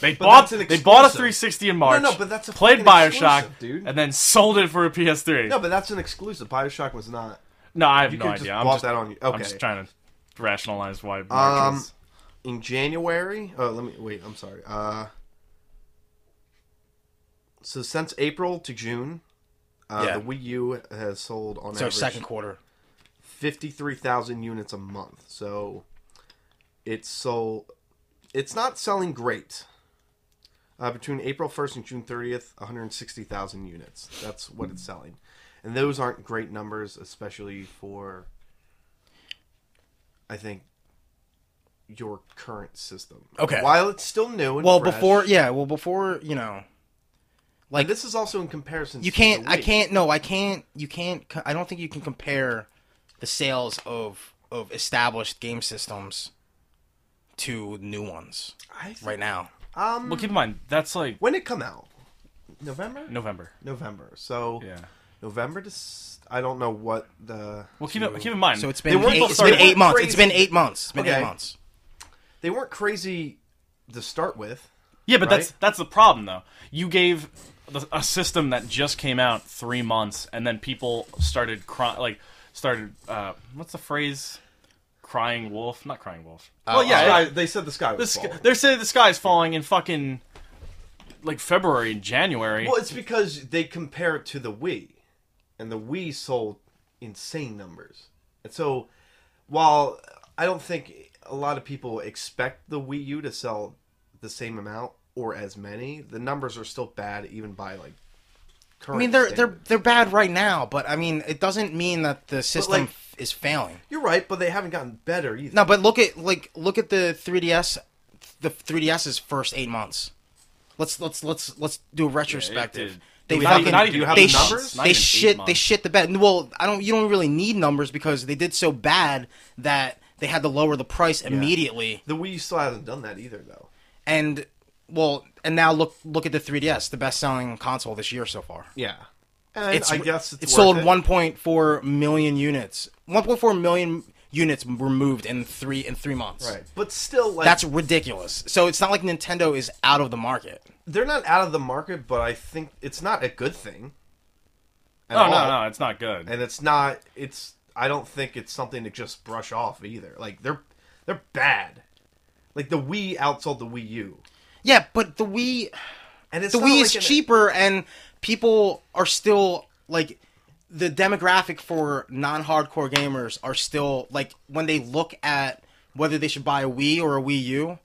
Speaker 1: They
Speaker 2: But
Speaker 1: bought
Speaker 2: that's an
Speaker 1: they bought a
Speaker 2: exclusive.
Speaker 1: 360 in March.
Speaker 2: No, no, but that's a
Speaker 1: played
Speaker 2: fucking
Speaker 1: BioShock,
Speaker 2: exclusive, dude.
Speaker 1: and then sold it for a PS3.
Speaker 2: no,
Speaker 1: No,
Speaker 2: but that's an exclusive. Bioshock was not.
Speaker 1: I have
Speaker 2: You
Speaker 1: no
Speaker 2: could just
Speaker 1: idea. I'm
Speaker 2: bought
Speaker 1: just,
Speaker 2: that on you.
Speaker 1: I'm
Speaker 2: Okay.
Speaker 1: just trying to rationalize why. March
Speaker 2: Um,
Speaker 1: was-
Speaker 2: in January. Oh, let me wait. I'm sorry. Uh, so since April to June, uh,
Speaker 3: Yeah.
Speaker 2: the Wii U has sold on
Speaker 3: so
Speaker 2: average
Speaker 3: second quarter.
Speaker 2: fifty-three thousand units a month. So it's sold. It's not selling great. Uh, between April 1st and June 30th, 160,000 units. That's what it's selling. And those aren't great numbers, especially for, I think, your current system.
Speaker 3: Okay.
Speaker 2: While it's still new and
Speaker 3: Well,
Speaker 2: fresh,
Speaker 3: before yeah, well before you know,
Speaker 2: and this is also in comparison.
Speaker 3: you
Speaker 2: to
Speaker 3: can't.
Speaker 2: the
Speaker 3: I
Speaker 2: Wii.
Speaker 3: can't. No, I can't. You can't. co- I don't think you can compare the sales of of established game systems to new ones
Speaker 2: I think-
Speaker 3: right now.
Speaker 2: Um,
Speaker 1: well, keep in mind that's like
Speaker 2: when it come out, November.
Speaker 1: November.
Speaker 2: November. So
Speaker 1: Yeah.
Speaker 2: November to s- I don't know what the
Speaker 1: Well, keep it, keep in mind.
Speaker 3: So it's
Speaker 1: they
Speaker 3: been
Speaker 1: weren't
Speaker 3: eight,
Speaker 1: both
Speaker 3: it's
Speaker 1: started-
Speaker 3: been
Speaker 2: They
Speaker 3: eight
Speaker 2: weren't
Speaker 3: months. It's been
Speaker 2: crazy.
Speaker 3: eight months. It's been
Speaker 2: Okay.
Speaker 3: eight months.
Speaker 2: they weren't crazy to start with.
Speaker 1: Yeah, but that's
Speaker 2: Right?
Speaker 1: that's the problem though. You gave the, a system that just came out three months, and then people started crying, like started. Uh, what's the phrase? Crying wolf, not crying wolf. well, yeah,
Speaker 2: Sky-
Speaker 1: it-
Speaker 2: they said the sky
Speaker 1: the
Speaker 2: was
Speaker 1: sk-
Speaker 2: falling.
Speaker 1: they're saying the sky's falling in fucking like February and January.
Speaker 2: Well, it's because they compare it to the Wii, and the Wii sold insane numbers. And so, while I don't think a lot of people expect the Wii U to sell the same amount or as many, the numbers are still bad even by like. Current
Speaker 3: I mean, they're
Speaker 2: standards.
Speaker 3: they're they're bad right now, but I mean, it doesn't mean that the system
Speaker 2: like-
Speaker 3: f- is failing.
Speaker 2: You're right, but they haven't gotten better either.
Speaker 3: No, but look at like look at the 3ds, the 3ds's first eight months. Let's let's let's let's do a retrospective.
Speaker 1: did-
Speaker 3: They
Speaker 1: Do we have-
Speaker 3: fucking
Speaker 1: not even-
Speaker 2: do you have
Speaker 3: they
Speaker 2: the
Speaker 3: sh-
Speaker 2: numbers?
Speaker 1: Not even
Speaker 3: they
Speaker 1: eight
Speaker 3: shit they
Speaker 1: months.
Speaker 3: shit the bed. Well, I don't you don't really need numbers because they did so bad that they had to lower the price immediately.
Speaker 2: The Wii still hasn't done that either, though.
Speaker 3: And well, and now look look at the 3ds, the best selling console this year so far.
Speaker 2: Yeah, and I guess it's
Speaker 3: it
Speaker 2: worth
Speaker 3: sold
Speaker 2: it.
Speaker 3: 1.4 million units. 1.4 million units were moved in three in three months.
Speaker 2: Right, but still, like
Speaker 3: That's ridiculous. So it's not like Nintendo is out of the market.
Speaker 2: they're not out of the market, but I think it's not a good thing. At
Speaker 1: no,
Speaker 2: all.
Speaker 1: no, no, it's not good.
Speaker 2: and it's not. It's I don't think it's something to just brush off either. Like they're they're bad. Like the Wii outsold the Wii U,
Speaker 3: Yeah, but the Wii
Speaker 2: and it's
Speaker 3: the
Speaker 2: not
Speaker 3: Wii
Speaker 2: like
Speaker 3: is
Speaker 2: an-
Speaker 3: cheaper and people are still like the demographic for non-hardcore gamers are still like when they look at whether they should buy a Wii or a Wii U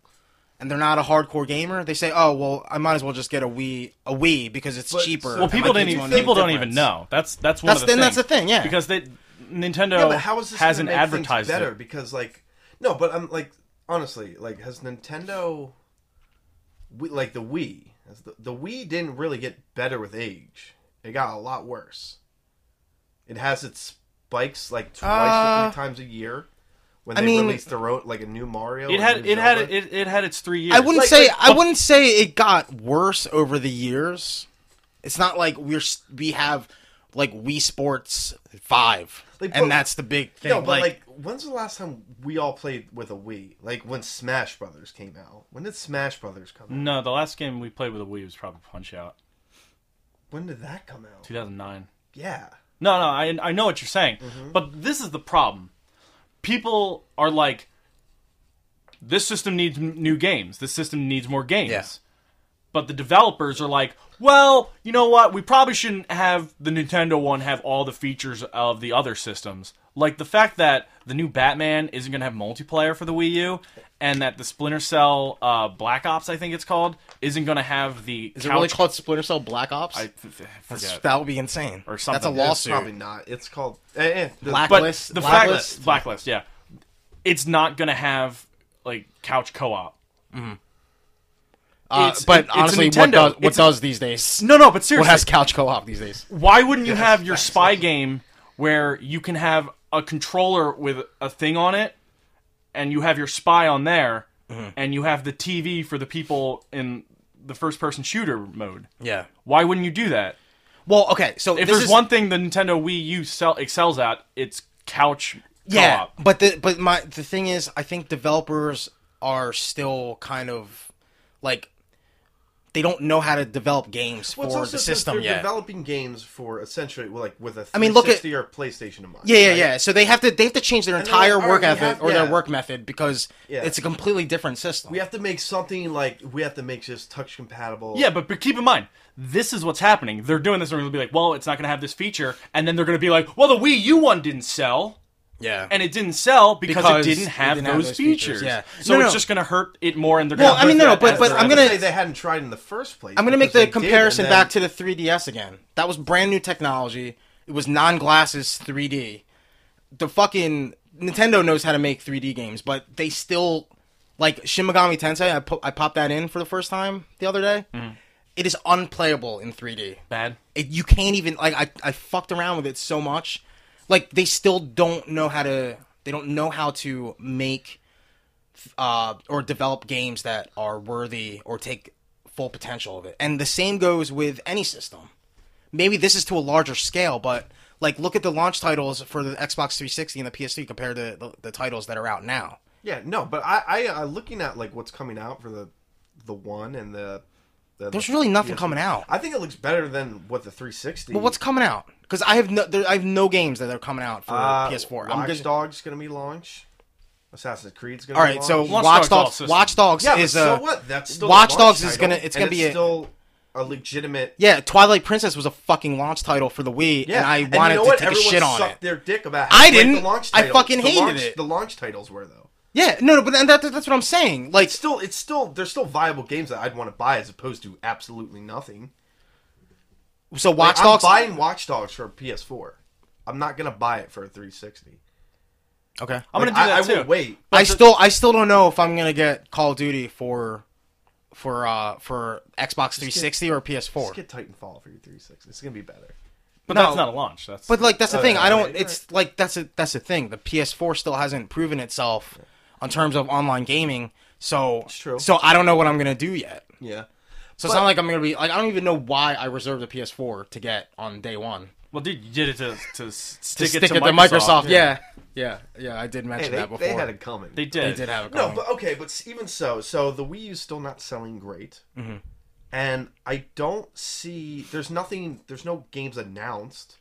Speaker 3: and they're not a hardcore gamer, they say, "Oh, well, I might as well just get a Wii a Wii because it's cheaper."
Speaker 1: Well,
Speaker 3: and my
Speaker 1: people
Speaker 3: kids
Speaker 1: didn't. Even,
Speaker 3: won't know the
Speaker 1: people don't
Speaker 3: difference."
Speaker 1: even know. That's that's one of
Speaker 3: That's
Speaker 1: the
Speaker 3: then
Speaker 1: things.
Speaker 3: that's the thing, yeah.
Speaker 1: Because they Nintendo
Speaker 2: Yeah, but how is this
Speaker 1: hasn't
Speaker 2: gonna make things
Speaker 1: advertised
Speaker 2: better?
Speaker 1: it.
Speaker 2: Because like no, but I'm like honestly like has Nintendo, we, like the Wii, has the, the Wii didn't really get better with age. It got a lot worse. It has its spikes like twice or
Speaker 3: Uh,
Speaker 2: three times a year when
Speaker 3: I
Speaker 2: they
Speaker 3: mean-
Speaker 2: release their own like a new Mario.
Speaker 1: It
Speaker 2: or
Speaker 1: had
Speaker 2: new
Speaker 1: it had
Speaker 2: Zelda.
Speaker 1: it, it had its three years.
Speaker 3: I wouldn't
Speaker 2: Like-
Speaker 3: say
Speaker 2: like-
Speaker 3: I wouldn't say it got worse over the years. It's not like we're s- we have like Wii Sports Five,
Speaker 2: Like, but-
Speaker 3: and that's the big thing.
Speaker 2: No, but
Speaker 3: like,
Speaker 2: like, when's the last time we all played with a Wii? Like when Smash Brothers came out. When did Smash Brothers come out?
Speaker 1: No, the last game we played with a Wii was probably Punch Out,
Speaker 2: When did that come out?
Speaker 1: 2009.
Speaker 2: Yeah.
Speaker 1: No, no, I I know what you're saying,
Speaker 3: Mm-hmm.
Speaker 1: but this is the problem. People are like, this system needs m- new games. This system needs more games.
Speaker 3: Yeah.
Speaker 1: But the developers are like, well, you know what? We probably shouldn't have the Nintendo one have all the features of the other systems. Like the fact that the new Batman isn't going to have multiplayer for the Wii U, and that the Splinter Cell uh, Black Ops, I think it's called, isn't going to have the
Speaker 3: is it really called Splinter Cell Black Ops?
Speaker 1: I f- f- forget.
Speaker 3: that would be insane.
Speaker 1: Or something.
Speaker 3: That's a
Speaker 1: It's
Speaker 2: It's
Speaker 3: lawsuit.
Speaker 2: probably not. It's called eh, eh, the-
Speaker 3: Black-
Speaker 1: but
Speaker 3: Blacklist-
Speaker 1: the
Speaker 3: Blacklist?
Speaker 1: fact blacklist, yeah, it's not gonna have like couch co-op.
Speaker 3: Uh,
Speaker 1: It's-
Speaker 3: but
Speaker 1: it- it's a
Speaker 3: honestly, what
Speaker 1: Nintendo.
Speaker 3: does what
Speaker 1: It's a-
Speaker 3: does these days?
Speaker 1: No, no, but seriously,
Speaker 3: What has couch co-op these days?
Speaker 1: why wouldn't you have your spy game where you can have a controller with a thing on it, and you have your spy on there, and you have the TV for the people in the first-person shooter mode?
Speaker 3: Yeah.
Speaker 1: Why wouldn't you do that?
Speaker 3: Well, okay. So
Speaker 1: If
Speaker 3: this
Speaker 1: there's
Speaker 3: is,
Speaker 1: one thing the Nintendo Wii U sell, excels at, it's couch
Speaker 3: yeah,
Speaker 1: co-op.
Speaker 3: but the but my the thing is, I think developers are still kind of like they don't know how to develop games
Speaker 2: Well, it's
Speaker 3: for
Speaker 2: also
Speaker 3: the
Speaker 2: since
Speaker 3: system
Speaker 2: they're
Speaker 3: yet.
Speaker 2: developing games for essentially well, like with a
Speaker 3: mean, look at-
Speaker 2: 360 or PlayStation in mind.
Speaker 3: Yeah, yeah,
Speaker 2: right?
Speaker 3: yeah. So they have to they have to change their
Speaker 2: they
Speaker 3: entire work
Speaker 2: already
Speaker 3: ethic
Speaker 2: have-
Speaker 3: or
Speaker 2: yeah.
Speaker 3: their work method because
Speaker 2: Yeah.
Speaker 3: it's a completely different system.
Speaker 2: We have to make something like we have to make this touch compatible.
Speaker 1: Yeah, but, but keep in mind, this is what's happening. They're doing this and they're going to be like, well, it's not going to have this feature. And then they're going to be like, well, the Wii U one didn't sell.
Speaker 3: yeah.
Speaker 1: And it didn't sell because,
Speaker 3: Because
Speaker 1: it didn't have
Speaker 3: it didn't have
Speaker 1: those,
Speaker 3: those
Speaker 1: features.
Speaker 3: features, yeah.
Speaker 1: So
Speaker 3: No,
Speaker 1: it's
Speaker 3: no.
Speaker 1: just going to hurt it more and they're
Speaker 3: Well,
Speaker 1: going to
Speaker 3: I mean, no, no, but- but
Speaker 2: But
Speaker 3: I'm
Speaker 2: I'm
Speaker 3: gonna-
Speaker 2: gonna say they hadn't tried in the first place.
Speaker 3: I'm gonna make
Speaker 2: because
Speaker 3: the
Speaker 2: they did, and
Speaker 3: comparison
Speaker 2: then-
Speaker 3: back to the 3DS again. That was brand new technology. It was non glasses 3D. The fucking Nintendo knows how to make 3D games, but they still like Shin Megami Tensei. I po- I popped that in for the first time the other day. It is unplayable in 3D.
Speaker 1: bad.
Speaker 3: It, you can't even like I, I fucked around with it so much like they still don't know how to they don't know how to make uh or develop games that are worthy or take full potential of it and the same goes with any system maybe this is to a larger scale but like look at the launch titles for the xbox 360 and the ps3 compared to the, the titles that are out now
Speaker 2: uh, Yeah, no, but I, I, I looking at like what's coming out for the the one and the. the
Speaker 3: There's really nothing coming out.
Speaker 2: I think it looks better than what the 360.
Speaker 3: But what's coming out? Because I have no, there, I have no games that are coming out for
Speaker 2: uh,
Speaker 3: PS4.
Speaker 2: Watch
Speaker 3: I'm just,
Speaker 2: Dogs gonna be launched. Assassin's Creed's gonna.
Speaker 3: all
Speaker 2: be
Speaker 3: right, so
Speaker 2: launched.
Speaker 3: Watch,
Speaker 1: Dogs all
Speaker 3: Dogs.
Speaker 1: systems.
Speaker 3: Watch Dogs
Speaker 2: yeah, but
Speaker 3: is
Speaker 2: so
Speaker 3: a
Speaker 2: what? That's still a
Speaker 3: Watch
Speaker 2: launch
Speaker 3: Dogs is
Speaker 2: title,
Speaker 3: gonna- it's
Speaker 2: and
Speaker 3: gonna be a-
Speaker 2: still a legitimate.
Speaker 3: yeah. Twilight Princess was a fucking launch title for the Wii,
Speaker 2: Yeah,
Speaker 3: and I
Speaker 2: you
Speaker 3: wanted
Speaker 2: know
Speaker 3: to
Speaker 2: what?
Speaker 3: take
Speaker 2: Everyone
Speaker 3: a shit on
Speaker 2: sucked
Speaker 3: it.
Speaker 2: Their dick about.
Speaker 3: I
Speaker 2: how great
Speaker 3: didn't.
Speaker 2: The launch
Speaker 3: I
Speaker 2: title-
Speaker 3: fucking
Speaker 2: the
Speaker 3: hated
Speaker 2: launch-
Speaker 3: it.
Speaker 2: The launch titles were though.
Speaker 3: Yeah, no, no, but then that, that's what I'm saying. Like,
Speaker 2: It's still, it's still, there's still viable games that I'd want to buy as opposed to absolutely nothing.
Speaker 3: so Watch
Speaker 2: Like,
Speaker 3: Dogs.
Speaker 2: I'm buying Watch Dogs for a PS4. I'm not gonna buy it for a 360.
Speaker 3: okay,
Speaker 1: I'm gonna
Speaker 2: Like,
Speaker 1: do
Speaker 2: I,
Speaker 1: that
Speaker 2: I
Speaker 1: too.
Speaker 2: will wait.
Speaker 3: I still I still don't know if I'm gonna get Call of Duty for for uh for Xbox 360 or
Speaker 2: Just
Speaker 3: PS4.
Speaker 2: get Titanfall for your 360. It's gonna be better.
Speaker 1: But
Speaker 3: No.
Speaker 1: that's not a launch. That's
Speaker 3: But like that's the
Speaker 2: Oh,
Speaker 3: thing.
Speaker 2: yeah,
Speaker 3: I don't.
Speaker 2: right,
Speaker 3: it's like that's a that's the thing. The PS4 still hasn't proven itself on terms of online gaming. So
Speaker 2: true.
Speaker 3: so I don't know what I'm gonna do yet.
Speaker 2: Yeah.
Speaker 3: So it's not like I'm gonna be like I don't even know why I reserved a PS4 to get on day one.
Speaker 1: well, dude, you did it to to s-
Speaker 3: To
Speaker 1: stick,
Speaker 3: stick,
Speaker 1: it to
Speaker 3: it to Microsoft. Yeah. yeah, yeah, I did
Speaker 2: Hey,
Speaker 3: mention
Speaker 2: they,
Speaker 3: that before.
Speaker 2: they had it coming.
Speaker 1: they did.
Speaker 3: They did have it.
Speaker 2: no,
Speaker 3: going.
Speaker 2: but okay, but s- even so, so the Wii U's still not selling great,
Speaker 1: Mm-hmm.
Speaker 2: and I don't see there's nothing, there's no games announced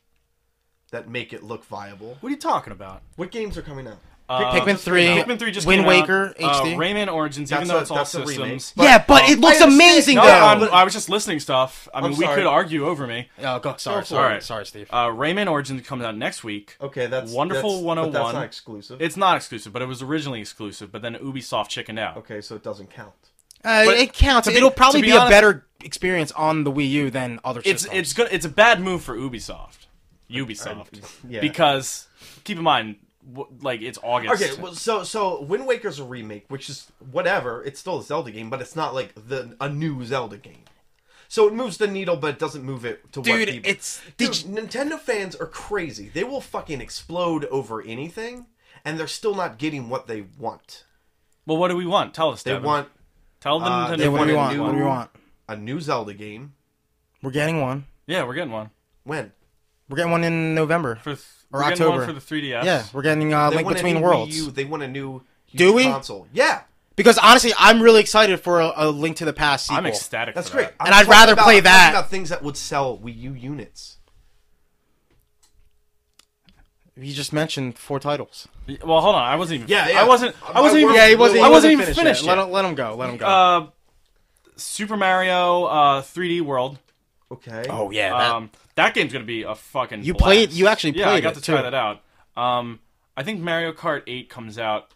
Speaker 2: that make it look viable.
Speaker 1: What are you talking about?
Speaker 2: What games are coming out?
Speaker 1: Uh,
Speaker 3: Pikmin three,
Speaker 1: Pikmin three just
Speaker 3: Wind
Speaker 1: came
Speaker 3: Waker
Speaker 1: out. Uh,
Speaker 3: HD.
Speaker 1: Rayman Origins,
Speaker 2: That's
Speaker 1: even though
Speaker 2: a-
Speaker 1: it's all
Speaker 2: that's a remake.
Speaker 1: systems.
Speaker 3: yeah, but it looks
Speaker 2: I understand-
Speaker 3: amazing
Speaker 2: No,
Speaker 1: No,
Speaker 3: though.
Speaker 1: I'm- i was just listening stuff. I mean, we
Speaker 2: sorry.
Speaker 1: could argue over me.
Speaker 3: Oh, go, sorry,
Speaker 2: for it.
Speaker 3: sorry,
Speaker 1: Alright.
Speaker 3: sorry, Steve.
Speaker 1: Uh, Rayman Origins comes out next week.
Speaker 2: Okay, that's
Speaker 1: Wonderful
Speaker 2: that's, but That's
Speaker 1: 101.
Speaker 2: not exclusive.
Speaker 1: It's not exclusive, but it was originally exclusive. But then Ubisoft chickened out.
Speaker 2: okay, so it doesn't count.
Speaker 3: Uh,
Speaker 1: But
Speaker 3: it counts.
Speaker 1: to be-
Speaker 3: It'll probably
Speaker 1: to
Speaker 3: be,
Speaker 1: be
Speaker 3: a
Speaker 1: honest-
Speaker 3: better experience on the Wii U than other
Speaker 1: It's
Speaker 3: systems.
Speaker 1: it's good. It's a bad move for Ubisoft. Ubisoft,
Speaker 2: Uh, yeah.
Speaker 1: because keep in mind, w- like it's August.
Speaker 2: Okay, well, so so Wind Waker's a remake, which is whatever. It's still a Zelda game, but it's not like the a new Zelda game. So it moves the needle, but it doesn't move it to what
Speaker 3: Dude,
Speaker 2: people.
Speaker 3: it's-
Speaker 2: Dude,
Speaker 3: did
Speaker 2: Nintendo fans are crazy. They will fucking explode over anything, and they're still not getting what they want.
Speaker 1: Well, what do we want? Tell us.
Speaker 2: They
Speaker 1: Devin.
Speaker 2: want
Speaker 1: Tell them.
Speaker 2: uh,
Speaker 1: to
Speaker 2: they
Speaker 3: yeah, what do we
Speaker 2: a
Speaker 3: want?
Speaker 2: new-
Speaker 3: What do we want?
Speaker 2: a new Zelda game.
Speaker 3: We're getting one.
Speaker 1: Yeah, we're getting one
Speaker 2: When
Speaker 3: We're getting one in November.
Speaker 1: for E th-
Speaker 3: Or
Speaker 1: we're getting one
Speaker 3: October.
Speaker 1: for the 3ds.
Speaker 3: yeah, we're getting uh,
Speaker 2: they
Speaker 3: Link
Speaker 2: want a
Speaker 3: Between
Speaker 2: new Wii
Speaker 3: Worlds.
Speaker 2: U, they want a new huge
Speaker 3: Do we?
Speaker 2: console. Yeah,
Speaker 3: Because honestly, I'm really excited for a, a Link to the Past sequel.
Speaker 1: I'm ecstatic.
Speaker 2: that's
Speaker 1: for that.
Speaker 2: great.
Speaker 3: And I'd
Speaker 2: talking
Speaker 3: rather
Speaker 2: about-
Speaker 3: play
Speaker 2: I'm talking
Speaker 3: that.
Speaker 2: About things that would sell Wii U units.
Speaker 3: You just mentioned four titles.
Speaker 1: Well, hold on. I wasn't even.
Speaker 2: Yeah, yeah.
Speaker 1: I wasn't. I
Speaker 2: My
Speaker 1: wasn't even.
Speaker 2: work- Yeah, he wasn't-
Speaker 1: I
Speaker 2: he
Speaker 1: wasn't
Speaker 2: wasn't
Speaker 1: even
Speaker 2: finished
Speaker 1: finished.
Speaker 3: Let
Speaker 1: yet.
Speaker 3: him, let him go. Let him go.
Speaker 1: Uh, Super Mario uh, 3D World.
Speaker 2: Okay.
Speaker 3: oh yeah, that,
Speaker 1: Um, that game's gonna be a fucking.
Speaker 3: You
Speaker 1: blast.
Speaker 3: played- you actually
Speaker 1: Yeah, I
Speaker 3: played
Speaker 1: got
Speaker 3: it,
Speaker 1: to try
Speaker 3: too.
Speaker 1: that out. Um, I think Mario Kart 8 comes out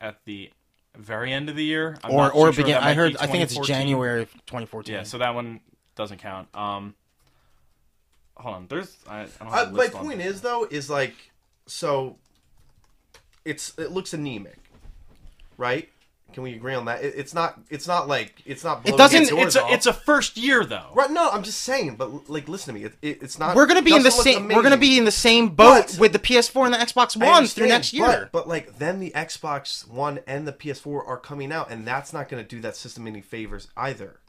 Speaker 1: at the very end of the year, I'm
Speaker 3: or
Speaker 1: not so
Speaker 3: or
Speaker 1: sure.
Speaker 3: begin.
Speaker 1: That
Speaker 3: I
Speaker 1: might
Speaker 3: heard.
Speaker 1: be
Speaker 3: I think it's
Speaker 1: 2014.
Speaker 3: January of 2014.
Speaker 1: Yeah, so that one doesn't count. Um, hold on. There's. I, I don't
Speaker 2: I,
Speaker 1: have a
Speaker 2: my
Speaker 1: list on
Speaker 2: Uh, point
Speaker 1: it.
Speaker 2: is though is like so it's it looks anemic right can we agree on that it, it's not it's not like it's not blowing
Speaker 3: doesn't-
Speaker 2: its
Speaker 1: It's,
Speaker 2: doors
Speaker 1: it's a
Speaker 2: off.
Speaker 1: it's a first year though.
Speaker 2: right no i'm just saying but like listen to me it, it, it's not
Speaker 3: We're gonna be in the
Speaker 2: doesn't look
Speaker 3: same. We're gonna
Speaker 2: amazing.
Speaker 3: be in the same boat
Speaker 2: But-
Speaker 3: with the PS4 and the Xbox
Speaker 2: I
Speaker 3: One through
Speaker 2: understand,
Speaker 3: next year.
Speaker 2: but, but like then the xbox one and the ps4 are coming out and that's not gonna do that system any favors either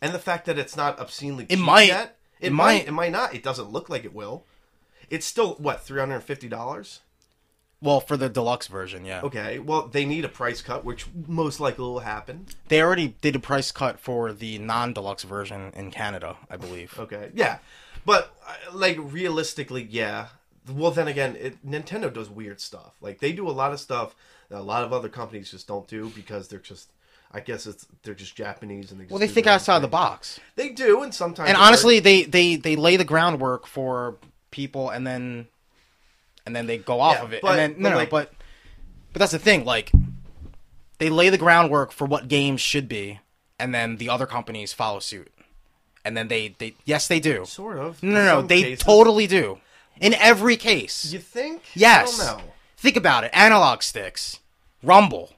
Speaker 2: and the fact that it's not obscenely cheap
Speaker 3: might.
Speaker 2: yet, it,
Speaker 3: It
Speaker 2: might.
Speaker 3: might.
Speaker 2: it might not it doesn't look like it will it's still what $350
Speaker 3: well, for the deluxe version, yeah.
Speaker 2: Okay, well, they need a price cut, which most likely will happen.
Speaker 3: They already did a price cut for the non-deluxe version in Canada, I believe.
Speaker 2: Okay, yeah, but uh, like realistically, yeah. Well, then again, it, Nintendo does weird stuff. Like they do a lot of stuff that a lot of other companies just don't do because they're just, I guess it's they're just Japanese and they. Just
Speaker 3: Well, they
Speaker 2: do
Speaker 3: think
Speaker 2: their own
Speaker 3: outside the
Speaker 2: thing.
Speaker 3: box,
Speaker 2: They do, and sometimes. it
Speaker 3: and
Speaker 2: works.
Speaker 3: honestly, they they they lay the groundwork for people, and then and then they go off
Speaker 2: Yeah,
Speaker 3: of it,
Speaker 2: but-
Speaker 3: and then no,
Speaker 2: but
Speaker 3: no,
Speaker 2: like-
Speaker 3: but but that's the thing. Like, they lay the groundwork for what games should be, and then the other companies follow suit, and then they they yes, they do.
Speaker 2: sort of.
Speaker 3: No,
Speaker 2: in
Speaker 3: no, no,
Speaker 2: some
Speaker 3: they
Speaker 2: cases.
Speaker 3: totally do. In every case,
Speaker 2: You think?
Speaker 3: Yes.
Speaker 2: I don't know.
Speaker 3: Think about it. Analog sticks. Rumble.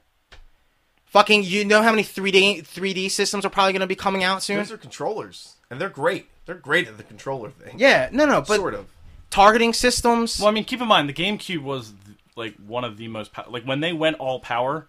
Speaker 3: Fucking you know how many 3D 3D systems are probably going to be coming out soon?
Speaker 2: Those are controllers, and they're great. They're great at the controller thing.
Speaker 3: Yeah, no no, but
Speaker 2: sort of.
Speaker 3: targeting systems.
Speaker 1: Well, I mean, keep in mind the GameCube was th- like one of the most pow- like when they went all power.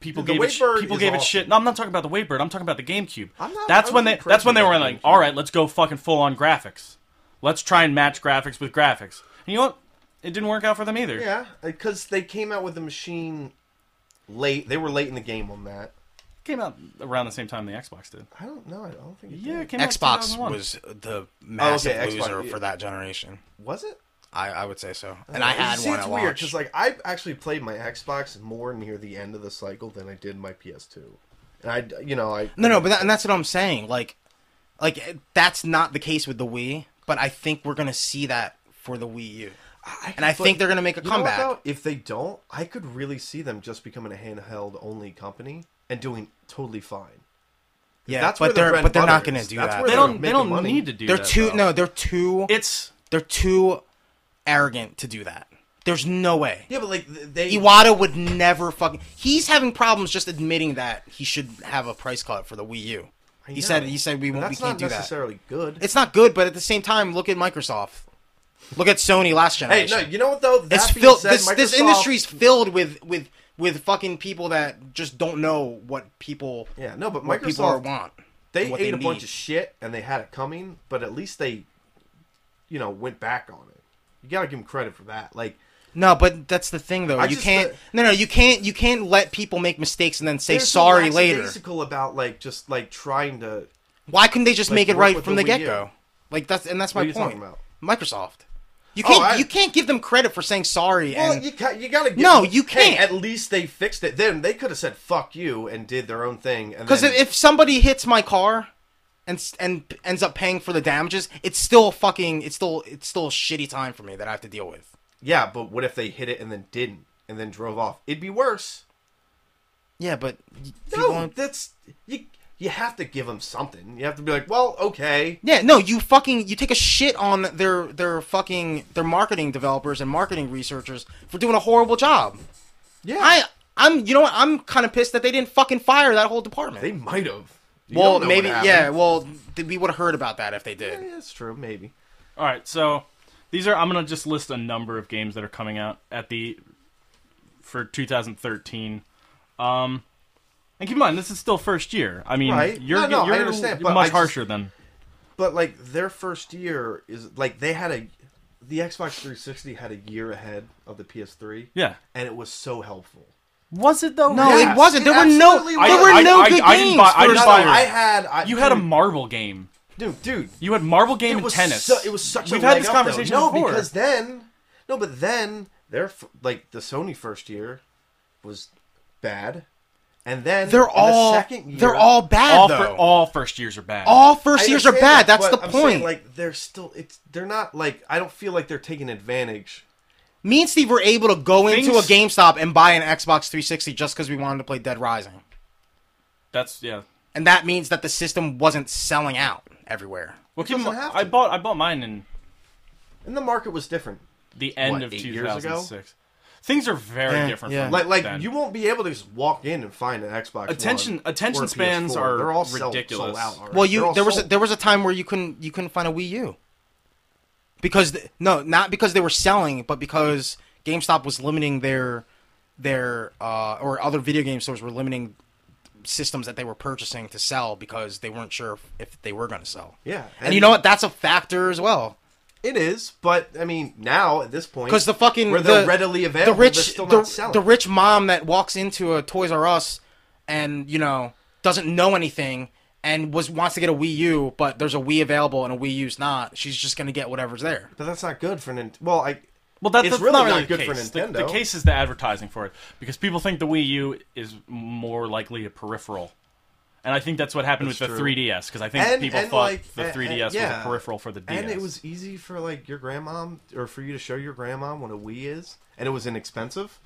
Speaker 1: People
Speaker 2: The
Speaker 1: gave it, sh-
Speaker 2: Wavebird
Speaker 1: people
Speaker 2: is
Speaker 1: gave it
Speaker 2: awesome.
Speaker 1: shit. No, I'm not talking about the Waybird. I'm talking about the GameCube.
Speaker 2: I'm not-
Speaker 1: that's
Speaker 2: I
Speaker 1: when they
Speaker 2: wasn't
Speaker 1: that's when they
Speaker 2: crazy
Speaker 1: were
Speaker 2: about
Speaker 1: like,
Speaker 2: GameCube.
Speaker 1: all right, let's go fucking full on graphics. Let's try and match graphics with graphics. And you know what? It didn't work out for them either.
Speaker 2: Yeah, because they came out with the machine late. They were late in the game on that.
Speaker 1: Came out around the same time the Xbox did.
Speaker 2: I don't know. I don't think. It
Speaker 1: Yeah, it
Speaker 2: did.
Speaker 1: came out
Speaker 3: Xbox
Speaker 1: 2001.
Speaker 3: was the massive
Speaker 2: Oh, Xbox,
Speaker 3: loser
Speaker 2: yeah.
Speaker 3: for that generation.
Speaker 2: was it?
Speaker 3: I, I would say so. And I had
Speaker 2: See,
Speaker 3: one
Speaker 2: It's
Speaker 3: at
Speaker 2: weird
Speaker 3: launch.
Speaker 2: because like I actually played my Xbox more near the end of the cycle than I did my PS2, and I, you know, I
Speaker 3: no, no, but that, and that's what I'm saying. Like, like eh, that's not the case with the Wii. But I think we're gonna see that for the Wii U.
Speaker 2: I
Speaker 3: and I
Speaker 2: could-
Speaker 3: think they're gonna make a
Speaker 2: you know what,
Speaker 3: comeback.
Speaker 2: though? if they don't, I could really see them just becoming a handheld only company and doing totally fine.
Speaker 3: Yeah,
Speaker 2: That's
Speaker 3: but
Speaker 2: where the
Speaker 3: they're
Speaker 2: bread
Speaker 3: but they're
Speaker 2: and
Speaker 3: not
Speaker 2: butter
Speaker 3: gonna
Speaker 2: is.
Speaker 3: do
Speaker 2: That's
Speaker 3: that.
Speaker 2: where
Speaker 1: They don't. They
Speaker 2: making
Speaker 1: don't
Speaker 2: money.
Speaker 1: need to do
Speaker 3: They're
Speaker 1: that.
Speaker 3: too
Speaker 1: though.
Speaker 3: no. They're too.
Speaker 1: It's
Speaker 3: they're too arrogant to do that. There's no way.
Speaker 2: Yeah, but like th- they
Speaker 3: Iwata would never fucking. He's having problems just admitting that he should have a price cut for the Wii U.
Speaker 2: I
Speaker 3: He said
Speaker 2: know.
Speaker 3: he said we
Speaker 2: But
Speaker 3: won't. We
Speaker 2: That's
Speaker 3: can't
Speaker 2: not
Speaker 3: do that.
Speaker 2: necessarily good.
Speaker 3: It's not good, but at the same time, look at Microsoft. Look at Sony last
Speaker 2: hey,
Speaker 3: generation.
Speaker 2: no, you know what though? That
Speaker 3: it's
Speaker 2: being
Speaker 3: filled.
Speaker 2: said,
Speaker 3: This, this
Speaker 2: Microsoft-
Speaker 3: industry's filled with with with fucking people that just don't know what people
Speaker 2: Yeah, no, but
Speaker 3: what people are
Speaker 2: Microsoft-
Speaker 3: want.
Speaker 2: they
Speaker 3: and what
Speaker 2: ate a bunch
Speaker 3: need.
Speaker 2: of shit and they had it coming, but at least they, you know, went back on it. You gotta give them credit for that. Like,
Speaker 3: No, but that's the thing though.
Speaker 2: I
Speaker 3: you
Speaker 2: just-
Speaker 3: can't. no, no, you can't. You can't let people make mistakes and then say
Speaker 2: they're so
Speaker 3: sorry later.
Speaker 2: lackadaisical about like just like trying to.
Speaker 3: Why couldn't they just make it
Speaker 2: work
Speaker 3: right
Speaker 2: with
Speaker 3: from
Speaker 2: the
Speaker 3: the
Speaker 2: Wii
Speaker 3: get go?
Speaker 2: U?
Speaker 3: Like that's and that's
Speaker 2: What
Speaker 3: my
Speaker 2: are you
Speaker 3: point.
Speaker 2: talking about?
Speaker 3: Microsoft. You
Speaker 2: Oh,
Speaker 3: can't.
Speaker 2: I-
Speaker 3: you can't give them credit for saying sorry.
Speaker 2: Well,
Speaker 3: and
Speaker 2: you ca- you gotta give
Speaker 3: No,
Speaker 2: them-
Speaker 3: you
Speaker 2: hey,
Speaker 3: can't.
Speaker 2: at least they fixed it. Then they could have said "fuck you" and did their own thing. and
Speaker 3: Because
Speaker 2: then-
Speaker 3: if somebody hits my car and s- and p- ends up paying for the damages, it's still fucking it's still it's still a shitty time for me that I have to deal with.
Speaker 2: yeah, but what if they hit it and then didn't and then drove off? It'd be worse.
Speaker 3: Yeah, but y- you
Speaker 2: No,
Speaker 3: want-
Speaker 2: that's you. You have to give them something. You have to be like, well, okay.
Speaker 3: yeah, no, you fucking you take a shit on their their fucking their marketing developers and marketing researchers for doing a horrible job.
Speaker 2: Yeah,
Speaker 3: I I'm you know what I'm kind of pissed that they didn't fucking fire that whole department.
Speaker 2: they might have. You
Speaker 3: well,
Speaker 2: don't know what
Speaker 3: maybe
Speaker 2: happened.
Speaker 3: yeah. Well, th- we would have heard about that if they did.
Speaker 2: Yeah, it's true. Maybe.
Speaker 1: all right. So these are. I'm gonna just list a number of games that are coming out at the for 2013. Um, and keep in mind, this is still first year. I mean,
Speaker 2: Right.
Speaker 1: you're
Speaker 2: No, no, I
Speaker 1: you're
Speaker 2: understand, but I
Speaker 1: much
Speaker 2: just-
Speaker 1: harsher than
Speaker 2: But like their first year is like they had a the Xbox 360 had a year ahead of the PS3.
Speaker 1: yeah.
Speaker 2: And it was so helpful.
Speaker 1: Was it though?
Speaker 3: No,
Speaker 2: Yes,
Speaker 3: it wasn't. There
Speaker 2: it
Speaker 3: were no.
Speaker 2: absolutely
Speaker 3: There
Speaker 2: was.
Speaker 3: were
Speaker 1: I-
Speaker 3: no
Speaker 1: I-
Speaker 3: good
Speaker 1: I didn't
Speaker 3: games.
Speaker 1: buy- I
Speaker 3: for
Speaker 1: didn't
Speaker 2: No,
Speaker 3: us.
Speaker 2: no,
Speaker 1: buy it.
Speaker 2: I had I,
Speaker 1: You had a
Speaker 2: dude,
Speaker 1: marble game.
Speaker 2: dude, dude.
Speaker 1: You had marble game
Speaker 2: It
Speaker 1: and
Speaker 2: was
Speaker 1: tennis.
Speaker 2: su- it was such
Speaker 1: We've
Speaker 2: a
Speaker 1: had
Speaker 2: leg
Speaker 1: this
Speaker 2: up, though.
Speaker 1: conversation
Speaker 2: no,
Speaker 1: before.
Speaker 2: because then no, but then their f- like the Sony first year was bad. And then
Speaker 3: They're
Speaker 2: the
Speaker 3: all.
Speaker 2: second year,
Speaker 3: they're all bad
Speaker 1: all,
Speaker 3: though.
Speaker 1: fir- all first years are bad.
Speaker 3: All
Speaker 2: I
Speaker 3: first years are
Speaker 2: understand
Speaker 3: bad.
Speaker 2: that,
Speaker 3: That's
Speaker 2: but
Speaker 3: the
Speaker 2: I'm saying,
Speaker 3: point.
Speaker 2: like they're still it's they're not like I don't feel like they're taking advantage
Speaker 3: Me and Steve were able to go into a
Speaker 1: Things-
Speaker 3: GameStop and buy an Xbox 360 just because we wanted to play Dead Rising,
Speaker 1: That's yeah.
Speaker 3: and that means that the system wasn't selling out everywhere.
Speaker 1: Well, keep in
Speaker 2: doesn't
Speaker 1: mind,
Speaker 2: have
Speaker 1: I
Speaker 2: to.
Speaker 1: bought I bought mine in
Speaker 2: And the market was different.
Speaker 1: the end
Speaker 2: What,
Speaker 1: of
Speaker 2: eight years ago?
Speaker 1: 2006. Things are very
Speaker 3: Yeah,
Speaker 1: different.
Speaker 3: yeah.
Speaker 1: From
Speaker 2: Like like
Speaker 1: then.
Speaker 2: you won't be able to just walk in and find an Xbox.
Speaker 1: Attention-
Speaker 2: One
Speaker 1: attention
Speaker 2: or a PS4.
Speaker 1: spans are
Speaker 2: They're all sold-
Speaker 1: ridiculous.
Speaker 2: sold out already.
Speaker 3: Well,
Speaker 2: They're
Speaker 3: you
Speaker 2: all
Speaker 3: there was a,
Speaker 2: sold.
Speaker 3: there was a time where you couldn't you couldn't find a Wii U because th- no, not because they were selling, but because GameStop was limiting their their uh, or other video game stores were limiting systems that they were purchasing to sell because they weren't sure if, if they were going to sell.
Speaker 2: yeah,
Speaker 3: and, you know what? That's a factor as well
Speaker 2: It is, but I mean, now at this point,
Speaker 3: because the fucking
Speaker 2: where
Speaker 3: the,
Speaker 2: they're readily
Speaker 3: the
Speaker 2: available, they're
Speaker 3: rich
Speaker 2: still
Speaker 3: the,
Speaker 2: not selling.
Speaker 3: the rich mom that walks into a Toys R Us and you know doesn't know anything and was wants to get a Wii U, but there's a Wii available and a Wii U's not. She's just gonna get whatever's there.
Speaker 2: but that's not good for Nintendo. Well, I
Speaker 1: well, that,
Speaker 2: it's
Speaker 1: that's
Speaker 2: really
Speaker 1: not really
Speaker 2: not
Speaker 1: the
Speaker 2: good for
Speaker 1: case. The- The,
Speaker 2: Nintendo.
Speaker 1: case is the advertising for it because people think the Wii U is more likely a peripheral, and I think that's what happened
Speaker 2: That's
Speaker 1: with
Speaker 2: true.
Speaker 1: the 3DS because I think
Speaker 2: And-
Speaker 1: people
Speaker 2: and,
Speaker 1: thought
Speaker 2: like,
Speaker 1: the
Speaker 2: and-
Speaker 1: 3DS was
Speaker 2: yeah.
Speaker 1: a peripheral for the DS.
Speaker 2: and it was easy for like your grandma or for you to show your grandma what a Wii is, and it was inexpensive.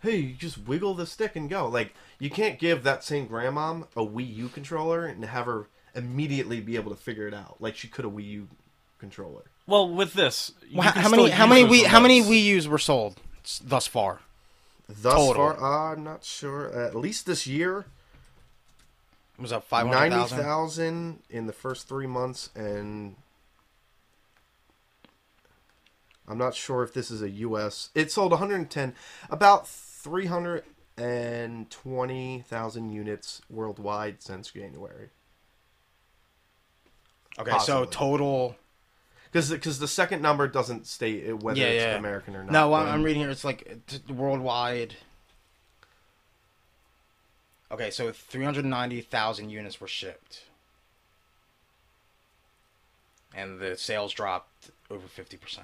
Speaker 2: Hey, you just wiggle the stick and go. Like you can't give that same grandma a Wii U controller and have her immediately be able to figure it out. Like she could a Wii U controller.
Speaker 1: well with this. you
Speaker 3: Well, how,
Speaker 1: can
Speaker 3: how
Speaker 1: still
Speaker 3: many how
Speaker 1: use
Speaker 3: many
Speaker 1: those
Speaker 3: Wii how many
Speaker 1: remotes.
Speaker 3: Wii U's were sold s- thus far?
Speaker 2: Thus
Speaker 3: Total.
Speaker 2: far, uh, I'm not sure. At least this year,
Speaker 3: It was up five hundred
Speaker 2: ninety
Speaker 3: thousand.
Speaker 2: thousand in the first three months, and I'm not sure if this is a U.S. It sold 110, about 320,000 units worldwide since January.
Speaker 3: Okay, so
Speaker 2: Possibly.
Speaker 3: total.
Speaker 2: Because because the second number doesn't state it- whether
Speaker 3: Yeah,
Speaker 2: it's
Speaker 3: yeah.
Speaker 2: American or not.
Speaker 3: No,
Speaker 2: but-
Speaker 3: I'm, I'm reading here. It's like uh, t- worldwide. Okay, so 390,000 units were shipped. And the sales dropped over 50%.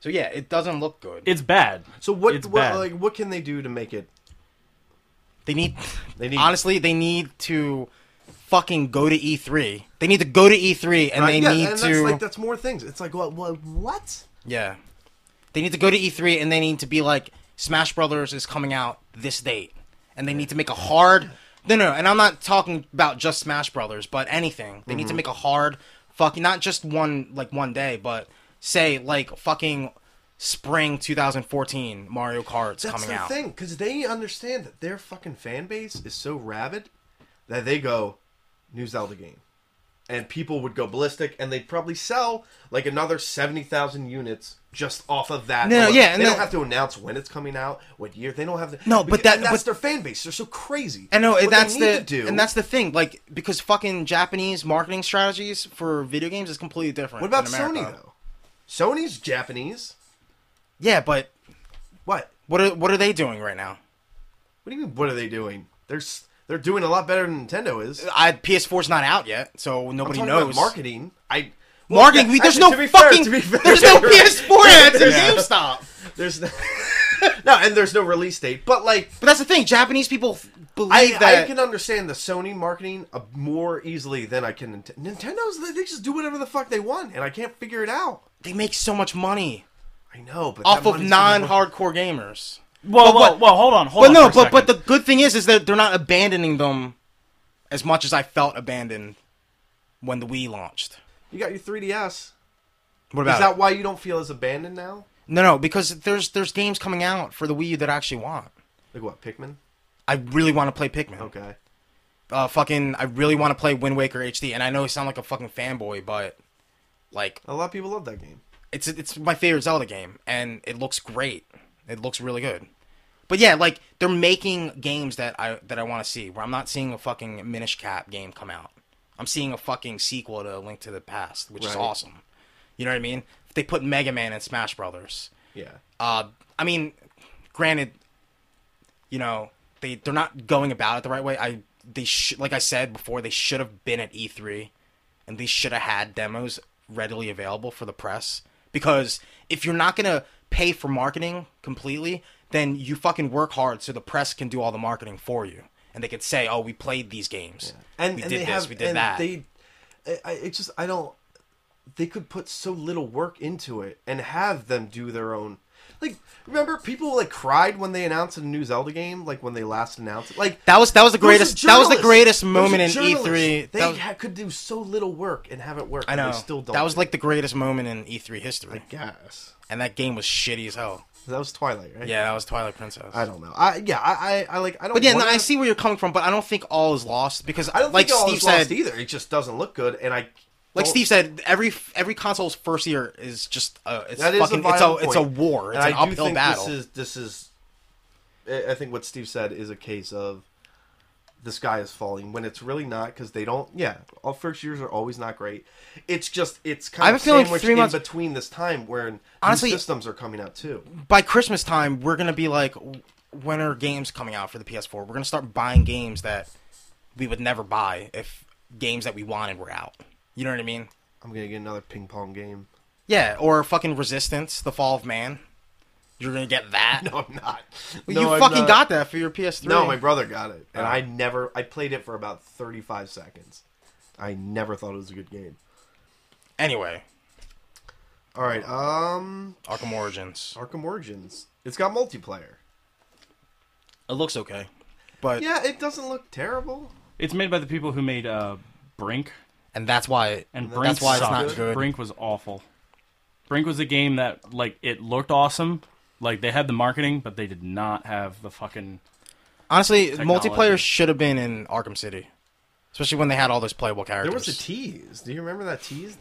Speaker 3: So yeah, it doesn't look good.
Speaker 1: It's bad.
Speaker 2: So what?
Speaker 1: It's
Speaker 2: what
Speaker 1: bad.
Speaker 2: like what can they do to make it?
Speaker 3: They need,
Speaker 2: They need-
Speaker 3: honestly, they need to fucking go to E3. They need to go to E3 and they
Speaker 2: yeah,
Speaker 3: need
Speaker 2: and
Speaker 3: to
Speaker 2: That's like that's more things. It's like what? What? What?
Speaker 3: Yeah. They need to go to E3 and they need to be like Smash Brothers is coming out this date. And they need to make a hard No, no, and I'm not talking about just Smash Brothers, but anything. They need
Speaker 2: Mm-hmm.
Speaker 3: to make a hard fucking not just one like one day, but say like fucking spring 2014 Mario Kart's
Speaker 2: That's
Speaker 3: coming
Speaker 2: the
Speaker 3: out.
Speaker 2: thing, because they understand that their fucking fan base is so rabid that they go new Zelda game, and people would go ballistic, and they'd probably sell like another seventy thousand units just off of that.
Speaker 3: No,
Speaker 2: alone.
Speaker 3: yeah,
Speaker 2: they
Speaker 3: and
Speaker 2: don't
Speaker 3: that-
Speaker 2: have to announce when it's coming out, what year. They don't have to.
Speaker 3: No, but
Speaker 2: because-
Speaker 3: that-
Speaker 2: and that's
Speaker 3: but-
Speaker 2: their fan base. They're so crazy.
Speaker 3: I know,
Speaker 2: What they
Speaker 3: and that's
Speaker 2: need
Speaker 3: the
Speaker 2: to do,
Speaker 3: and that's the thing, like because fucking Japanese marketing strategies for video games is completely different.
Speaker 2: what about
Speaker 3: than America.
Speaker 2: Sony though? Sony's Japanese.
Speaker 3: Yeah, but
Speaker 2: What?
Speaker 3: what are, what are they doing right now?
Speaker 2: What do you mean? What are they doing? They're s- they're doing a lot better than Nintendo is.
Speaker 3: I PS4's not out yet, so
Speaker 2: I'm
Speaker 3: nobody
Speaker 2: talking
Speaker 3: knows.
Speaker 2: about marketing. I
Speaker 3: Marketing, we- there's no
Speaker 2: to be
Speaker 3: fucking-
Speaker 2: to be
Speaker 3: there's no
Speaker 2: you're right.
Speaker 3: PS4 ads in
Speaker 2: Yeah.
Speaker 3: GameStop.
Speaker 2: There's no, no, and there's no release date. But like,
Speaker 3: But that's the thing. Japanese people f- believe
Speaker 2: I,
Speaker 3: that.
Speaker 2: I can understand the Sony marketing uh, more easily than I can. Nint- Nintendo's they they just do whatever the fuck they want, and I can't figure it out.
Speaker 3: They make so much money
Speaker 2: I know, but
Speaker 3: off
Speaker 2: that
Speaker 3: of
Speaker 2: money's gonna work.
Speaker 3: non-hardcore gamers.
Speaker 1: Well, well,
Speaker 3: But what-
Speaker 1: well, hold on, hold
Speaker 3: But
Speaker 1: on.
Speaker 3: no,
Speaker 1: for a
Speaker 3: but but the
Speaker 1: second.
Speaker 3: good thing is, is that they're not abandoning them as much as I felt abandoned when the Wii launched.
Speaker 2: You got your 3DS.
Speaker 3: What
Speaker 2: Is
Speaker 3: about
Speaker 2: that
Speaker 3: it?
Speaker 2: why you don't feel as abandoned now?
Speaker 3: no, no? Because there's there's games coming out for the Wii U that I actually want.
Speaker 2: Like what, Pikmin?
Speaker 3: I really want to play Pikmin.
Speaker 2: Okay.
Speaker 3: Uh, fucking, I really want to play Wind Waker HD. And I know I sound like a fucking fanboy, but like
Speaker 2: A lot of people love that game.
Speaker 3: it's it's my favorite Zelda game, and it looks great. It looks really good. But yeah, like they're making games that I that I want to see. Where I'm not seeing a fucking Minish Cap game come out. I'm seeing a fucking sequel to Link to the Past, which is
Speaker 2: Right.
Speaker 3: awesome. You know what I mean? If they put Mega Man in Smash Brothers,
Speaker 2: Yeah.
Speaker 3: uh, I mean, granted, you know they they're not going about it the right way. I they sh- like I said before, they should have been at E3, and they should have had demos readily available for the press. Because if you're not gonna pay for marketing completely, then you fucking work hard so the press can do all the marketing for you, and they could say, "Oh, we played these games,
Speaker 2: and
Speaker 3: we
Speaker 2: and
Speaker 3: did
Speaker 2: they
Speaker 3: this,
Speaker 2: have,
Speaker 3: we did
Speaker 2: and
Speaker 3: that."
Speaker 2: They, I, I- it's just I don't. They could put so little work into it and have them do their own. Like, remember people like cried when they announced a new Zelda game, like when they last announced it. Like
Speaker 3: That was- that was the
Speaker 2: those are
Speaker 3: greatest- that was the
Speaker 2: journalists.
Speaker 3: greatest
Speaker 2: Those are
Speaker 3: moment in
Speaker 2: journalists.
Speaker 3: E3.
Speaker 2: They
Speaker 3: That was-
Speaker 2: ha- could do so little work and have it work.
Speaker 3: I
Speaker 2: and
Speaker 3: know.
Speaker 2: they still don't.
Speaker 3: that was
Speaker 2: do
Speaker 3: like the greatest moment in E3 history,
Speaker 2: it. gas.
Speaker 3: and that game was shitty as hell.
Speaker 2: That was Twilight, right?
Speaker 3: Yeah, that was Twilight Princess.
Speaker 2: I don't know. I yeah. I I, I like. I don't.
Speaker 3: But yeah, no,
Speaker 2: wanna-
Speaker 3: I see where you're coming from, but I don't think all is lost because
Speaker 2: I don't
Speaker 3: like
Speaker 2: think all
Speaker 3: Steve
Speaker 2: is
Speaker 3: said,
Speaker 2: lost either. It just doesn't look good, and I.
Speaker 3: like
Speaker 2: don't-
Speaker 3: Steve said, every every console's first year is just uh, it's
Speaker 2: That is
Speaker 3: fucking
Speaker 2: a
Speaker 3: it's a
Speaker 2: viable
Speaker 3: it's a
Speaker 2: point.
Speaker 3: war, it's
Speaker 2: And
Speaker 3: an
Speaker 2: I do
Speaker 3: uphill
Speaker 2: think
Speaker 3: battle.
Speaker 2: This is this is. I I think what Steve said is a case of the sky is falling when it's really not because they don't. Yeah, all first years are always not great. It's just it's kind
Speaker 3: I have
Speaker 2: of
Speaker 3: a feeling
Speaker 2: sandwiched
Speaker 3: three months-
Speaker 2: in between this time where
Speaker 3: Honestly-
Speaker 2: new systems are coming out too.
Speaker 3: By Christmas time, we're gonna be like, w- when are games coming out for the PS4? We're gonna start buying games that we would never buy if games that we wanted were out. You know what I mean?
Speaker 2: I'm gonna get another ping pong game.
Speaker 3: Yeah, or fucking Resistance, The Fall of Man. You're gonna get that.
Speaker 2: No, I'm not.
Speaker 3: Well,
Speaker 2: No,
Speaker 3: you
Speaker 2: I'm
Speaker 3: fucking
Speaker 2: not.
Speaker 3: got Oh. that for your PS3.
Speaker 2: No, my brother got it, and I never. I played it for about 35 seconds. I never thought it was a good game.
Speaker 3: anyway,
Speaker 2: All right, um,
Speaker 3: Arkham Origins.
Speaker 2: Arkham Origins. It's got multiplayer.
Speaker 3: It looks okay, but
Speaker 2: Yeah, it doesn't look terrible.
Speaker 1: it's made by the people who made uh, Brink,
Speaker 3: and that's why
Speaker 1: and
Speaker 2: That's
Speaker 1: Brink
Speaker 3: why it's
Speaker 1: sucked.
Speaker 3: not good.
Speaker 1: Brink was awful. Brink was a game that like it looked awesome, like they had the marketing, but they did not have the fucking.
Speaker 3: honestly
Speaker 1: Technology.
Speaker 3: multiplayer should have been in Arkham City, especially when they had all those playable characters.
Speaker 2: There was a tease. Do you remember that tease?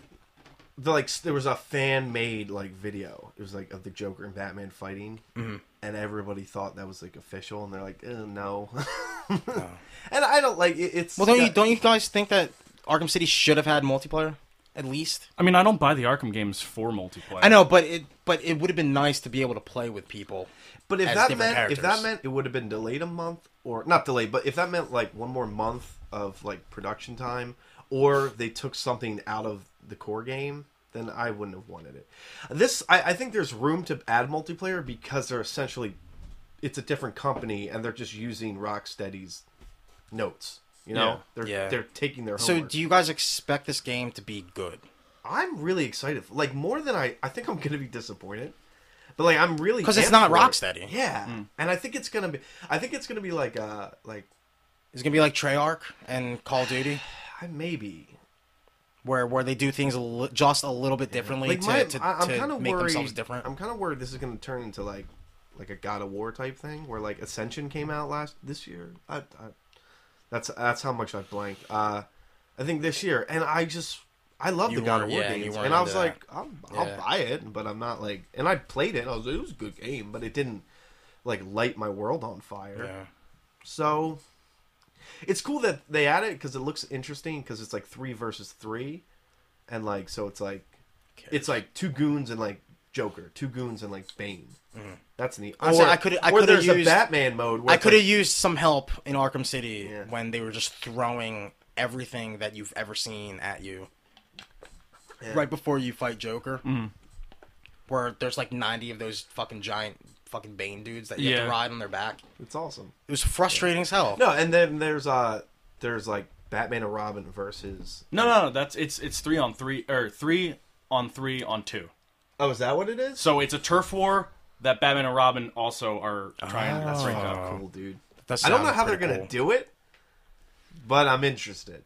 Speaker 2: The, like s- there was a fan made like video. It was like of the Joker and Batman fighting,
Speaker 3: Mm-hmm.
Speaker 2: and everybody thought that was like official, and they're like, eh, no. And I don't like it, it's.
Speaker 3: well, don't you
Speaker 2: got-
Speaker 3: don't you guys think that Arkham City should have had multiplayer? at least.
Speaker 1: I mean, I don't buy the Arkham games for multiplayer.
Speaker 3: I know, but it but it would have been nice to be able to play with people.
Speaker 2: But if
Speaker 3: as
Speaker 2: that
Speaker 3: different
Speaker 2: meant if that
Speaker 3: characters.
Speaker 2: meant it would have been delayed a month or not delayed, but if that meant like one more month of like production time or they took something out of the core game, then I wouldn't have wanted it. This I, I think there's room to add multiplayer because they're essentially it's a different company and they're just using Rocksteady's notes. You know?
Speaker 1: Yeah.
Speaker 2: They're
Speaker 3: Yeah.
Speaker 2: they're taking their
Speaker 3: So
Speaker 2: homework.
Speaker 3: do you guys expect this game to be good?
Speaker 2: I'm really excited. Like more than I, I think I'm gonna be disappointed. But like I'm really
Speaker 3: 'Cause it's
Speaker 2: amped
Speaker 3: not
Speaker 2: for it.
Speaker 3: Rocksteady.
Speaker 2: Yeah, and I think it's gonna be. I think it's gonna be like uh like
Speaker 3: It's gonna be like Treyarch and Call of Duty,
Speaker 2: I maybe
Speaker 3: where where they do things a li- just a little bit differently
Speaker 2: like
Speaker 3: to,
Speaker 2: my,
Speaker 3: to,
Speaker 2: I, I'm
Speaker 3: to
Speaker 2: kind of
Speaker 3: make
Speaker 2: worried.
Speaker 3: themselves different.
Speaker 2: I'm kind of worried this is gonna turn into like like a God of War type thing where like Ascension came out last this year. I, I that's that's how much I blanked. Uh, I think this year, and I just. I love
Speaker 3: You
Speaker 2: the God of
Speaker 3: weren't-
Speaker 2: War
Speaker 3: yeah, you
Speaker 2: games,
Speaker 3: weren't
Speaker 2: and I
Speaker 3: into
Speaker 2: was
Speaker 3: that.
Speaker 2: like, I'll, I'll
Speaker 3: Yeah.
Speaker 2: buy it, but I'm not like, and I played it. I was, like, it was a good game, but it didn't like light my world on fire.
Speaker 3: yeah.
Speaker 2: So it's cool that they add it because it looks interesting because it's like three versus three, and like so it's like it's like two goons and like Joker, two goons and like Bane. That's neat.
Speaker 3: I'm saying Mm-hmm. I coulda- I
Speaker 2: or
Speaker 3: coulda
Speaker 2: there's
Speaker 3: used-
Speaker 2: a Batman mode. Where
Speaker 3: I
Speaker 2: it's
Speaker 3: could have
Speaker 2: like-
Speaker 3: used some help in Arkham City
Speaker 2: Yeah.
Speaker 3: when they were just throwing everything that you've ever seen at you.
Speaker 2: Yeah.
Speaker 3: Right before you fight Joker, where there's like 90 of those fucking giant fucking Bane dudes that you have
Speaker 1: Yeah.
Speaker 3: to ride on their back.
Speaker 2: it's awesome.
Speaker 3: It was frustrating as hell.
Speaker 2: No, and then there's uh there's like Batman and Robin versus.
Speaker 1: No, no, no. That's it's it's three on three or three on three on two.
Speaker 2: Oh, is that what it is?
Speaker 1: So it's a turf war that Batman and Robin also are trying
Speaker 3: Oh.
Speaker 1: to break up.
Speaker 2: Oh, cool, dude.
Speaker 3: That
Speaker 2: I don't know
Speaker 3: sounds
Speaker 2: how they're
Speaker 3: pretty
Speaker 2: gonna
Speaker 3: cool.
Speaker 2: do it, but I'm interested.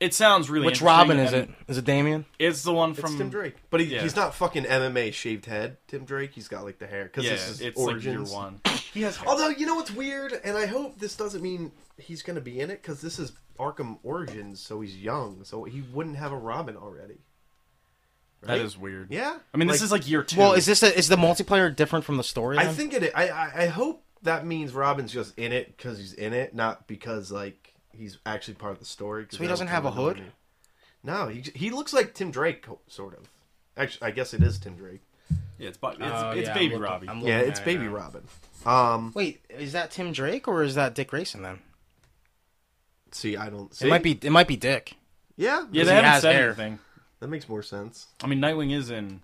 Speaker 1: It sounds really.
Speaker 3: Which
Speaker 1: interesting,
Speaker 3: Robin is it?
Speaker 1: and
Speaker 3: Is it Damien?
Speaker 1: It's the one from
Speaker 2: It's Tim Drake, but he,
Speaker 1: yeah.
Speaker 2: he's not fucking MMA shaved head. Tim Drake, he's got like the hair because
Speaker 1: Yeah,
Speaker 2: this is
Speaker 1: it's
Speaker 2: origins.
Speaker 1: like year one.
Speaker 2: He has. Although you know what's weird, and I hope this doesn't mean he's gonna be in it because this is Arkham Origins, so he's young, so he wouldn't have a Robin already.
Speaker 1: That is weird.
Speaker 2: Yeah.
Speaker 1: I mean, this
Speaker 2: Like-
Speaker 1: is like year two.
Speaker 3: Well, is this a, is the multiplayer different from the story?
Speaker 2: I
Speaker 3: then?
Speaker 2: think it. I I, I hope that means Robin's just in it because he's in it, not because like he's actually part of the story. 'cause
Speaker 3: So he
Speaker 2: I don't
Speaker 3: doesn't have a
Speaker 2: really know
Speaker 3: hood?
Speaker 2: any- No, he he looks like Tim Drake sort of. Actually, I guess it is Tim Drake.
Speaker 1: yeah, it's, bu- it's,
Speaker 3: Oh,
Speaker 1: it's
Speaker 3: yeah, I'm
Speaker 1: baby
Speaker 3: looking-
Speaker 1: Robbie.
Speaker 3: I'm
Speaker 2: Yeah,
Speaker 3: looking
Speaker 2: it's
Speaker 3: at it
Speaker 2: Baby
Speaker 3: now.
Speaker 2: Robin. Um,
Speaker 3: Wait, is that Tim Drake or is that Dick Grayson then?
Speaker 2: see, I don't. See?
Speaker 3: It might be. It might be Dick.
Speaker 2: Yeah,
Speaker 1: yeah,
Speaker 3: he
Speaker 1: they haven't
Speaker 3: has
Speaker 1: said
Speaker 3: hair.
Speaker 1: anything.
Speaker 2: that makes more sense.
Speaker 1: I mean, Nightwing is in.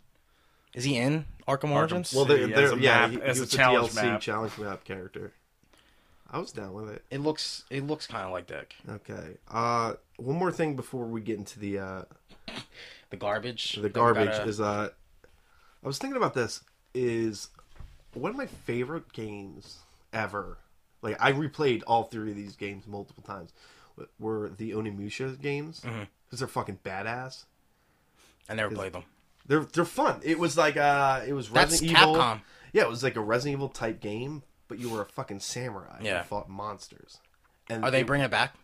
Speaker 3: Is he in Arkham Origins?
Speaker 2: Well,
Speaker 1: See,
Speaker 2: they're,
Speaker 1: as
Speaker 2: they're,
Speaker 1: a
Speaker 2: yeah,
Speaker 1: map-
Speaker 2: he, he
Speaker 1: as a
Speaker 2: was a,
Speaker 1: challenge
Speaker 2: DLC
Speaker 1: map.
Speaker 2: challenge map character. I was down with it.
Speaker 3: It looks it looks kind of like Dick.
Speaker 2: Okay. Uh, one more thing before we get into the uh,
Speaker 3: The garbage.
Speaker 2: the garbage is uh, I was thinking about this is one of my favorite games ever. Like I replayed all three of these games multiple times. w- Were the Onimusha games because they're fucking badass.
Speaker 3: I never played them.
Speaker 2: They're they're fun. It was like uh, it was
Speaker 3: That's
Speaker 2: Resident Evil.
Speaker 3: Capcom.
Speaker 2: Yeah, it was like a Resident Evil type game, but you were a fucking samurai. and
Speaker 3: Yeah.
Speaker 2: fought monsters. And
Speaker 3: Are they
Speaker 2: it-
Speaker 3: bringing it back?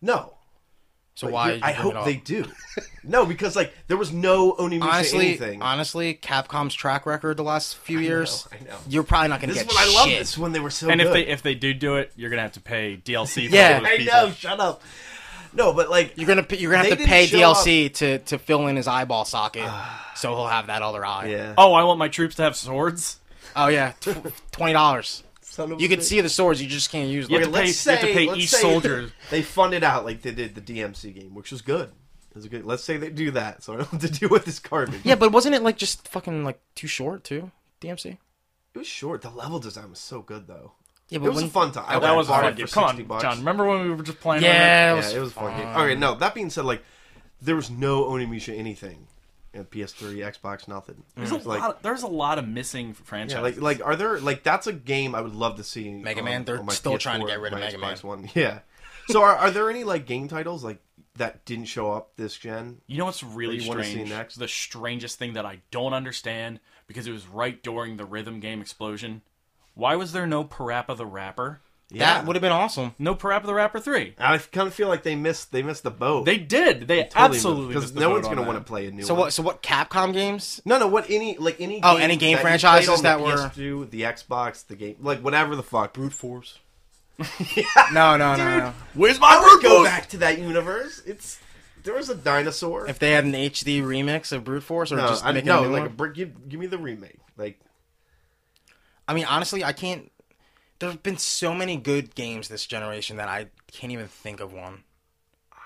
Speaker 2: No.
Speaker 3: So
Speaker 2: But
Speaker 3: why?
Speaker 2: here-
Speaker 3: did you
Speaker 2: I
Speaker 3: bring it
Speaker 2: hope
Speaker 3: up?
Speaker 2: they do. no, because like there was no Onimusha
Speaker 3: Honestly,
Speaker 2: anything.
Speaker 3: honestly, Capcom's track record the last few years.
Speaker 2: I know.
Speaker 3: You're probably not gonna
Speaker 2: this is
Speaker 3: get
Speaker 2: what I love.
Speaker 3: shit.
Speaker 2: This when they were so.
Speaker 1: And
Speaker 2: Oh, good.
Speaker 1: if they if they do do it, you're gonna have to pay DLC. For
Speaker 3: Yeah.
Speaker 1: all those
Speaker 2: I
Speaker 1: people.
Speaker 2: know. Shut up. No, but like
Speaker 3: You're gonna p- you're gonna
Speaker 2: They
Speaker 3: have to
Speaker 2: didn't
Speaker 3: pay
Speaker 2: show Ah.
Speaker 3: DLC to to fill in his eyeball socket, so he'll have that other eye.
Speaker 2: yeah.
Speaker 1: Oh, I want my troops to have swords.
Speaker 3: Oh yeah, tw- twenty dollars.
Speaker 2: Son of a
Speaker 3: You can
Speaker 2: bitch.
Speaker 3: see the swords, you just can't use them.
Speaker 1: Yeah.
Speaker 2: Okay,
Speaker 1: to pay-
Speaker 2: let's
Speaker 1: you have to
Speaker 2: say-
Speaker 1: pay
Speaker 2: let's
Speaker 1: each
Speaker 2: say
Speaker 1: soldier.
Speaker 2: They funded out like they did the DMC game, which was good. It was good. Let's say they do that, so I don't have to deal with this garbage.
Speaker 3: Yeah, but wasn't it like just fucking like too short too? DMC.
Speaker 2: It was short. The level design was so good, though.
Speaker 3: Yeah, but
Speaker 2: It was a
Speaker 3: when-
Speaker 2: fun time. I
Speaker 1: that
Speaker 2: went
Speaker 1: was a
Speaker 2: and bought
Speaker 1: fun
Speaker 2: it
Speaker 1: game.
Speaker 2: for
Speaker 1: Come
Speaker 2: 60
Speaker 1: on,
Speaker 2: bucks.
Speaker 1: John. Remember when we were just playing? with it?
Speaker 2: Yeah,
Speaker 3: Yeah, it was,
Speaker 2: it was a fun game. Okay, no. That being said, like there was no Onimusha anything, and PS3, Xbox,
Speaker 3: Mm.
Speaker 2: nothing. It
Speaker 1: There's
Speaker 2: was
Speaker 1: a
Speaker 2: like
Speaker 1: lot. Of, there's a lot of missing
Speaker 2: yeah,
Speaker 1: franchises.
Speaker 2: like like are there like that's a game I would love to see.
Speaker 3: Mega
Speaker 2: on-
Speaker 3: Man? They're
Speaker 2: on my
Speaker 3: still trying to
Speaker 2: PS4,
Speaker 3: get rid of
Speaker 2: my
Speaker 3: Mega
Speaker 2: Xbox One. Yeah. So are, are there any like game titles like that didn't show up this gen?
Speaker 1: You know what's really
Speaker 2: you wanna see
Speaker 1: strange?
Speaker 2: next?
Speaker 1: The strangest thing that I don't understand because it was right during the rhythm game explosion. Why was there no Parappa the Rapper?
Speaker 3: That would have been awesome.
Speaker 1: No Parappa the Rapper three.
Speaker 2: I kind of feel like they missed they missed the boat.
Speaker 1: They did. They absolutely
Speaker 2: because
Speaker 1: missed the
Speaker 2: no
Speaker 1: boat
Speaker 2: one's
Speaker 1: on
Speaker 2: gonna
Speaker 1: that.
Speaker 2: want to play a new.
Speaker 3: So
Speaker 2: one.
Speaker 3: what? So what? Capcom games?
Speaker 2: No, no. What any like any
Speaker 3: Oh, any game
Speaker 2: that you
Speaker 3: franchises
Speaker 2: played on
Speaker 3: that
Speaker 2: the
Speaker 3: were-
Speaker 2: PS2, the Xbox, the game like whatever the fuck brute force.
Speaker 3: No, no, no, no.
Speaker 1: Where's
Speaker 2: I
Speaker 1: my
Speaker 2: would
Speaker 1: root
Speaker 2: go
Speaker 1: go
Speaker 2: back to that universe. It's There was a dinosaur.
Speaker 3: If they had an HD remix of Brute Force or
Speaker 2: no,
Speaker 3: just
Speaker 2: I,
Speaker 3: make
Speaker 2: no
Speaker 3: it a new
Speaker 2: like
Speaker 3: one?
Speaker 2: a brick. Give, give me the remake. Like
Speaker 3: I mean, honestly, I can't. There have been so many good games this generation that I can't even think of one.
Speaker 2: I,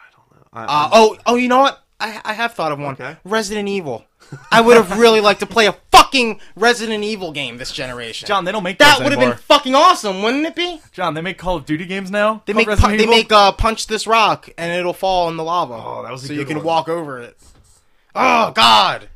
Speaker 3: Uh, oh, oh, you know what? I, I have thought of one.
Speaker 2: Okay.
Speaker 3: Resident Evil. I would have really liked to play a fucking Resident Evil game this generation.
Speaker 1: John, they don't make
Speaker 3: that
Speaker 1: those
Speaker 3: would have
Speaker 1: anymore.
Speaker 3: been fucking awesome, wouldn't it be?
Speaker 1: John, they make Call of Duty games now.
Speaker 3: They make pu- they make uh, punch this rock and it'll fall in the lava.
Speaker 2: Oh, that was a
Speaker 3: so you
Speaker 2: good
Speaker 3: can
Speaker 2: one.
Speaker 3: walk over it. Oh God!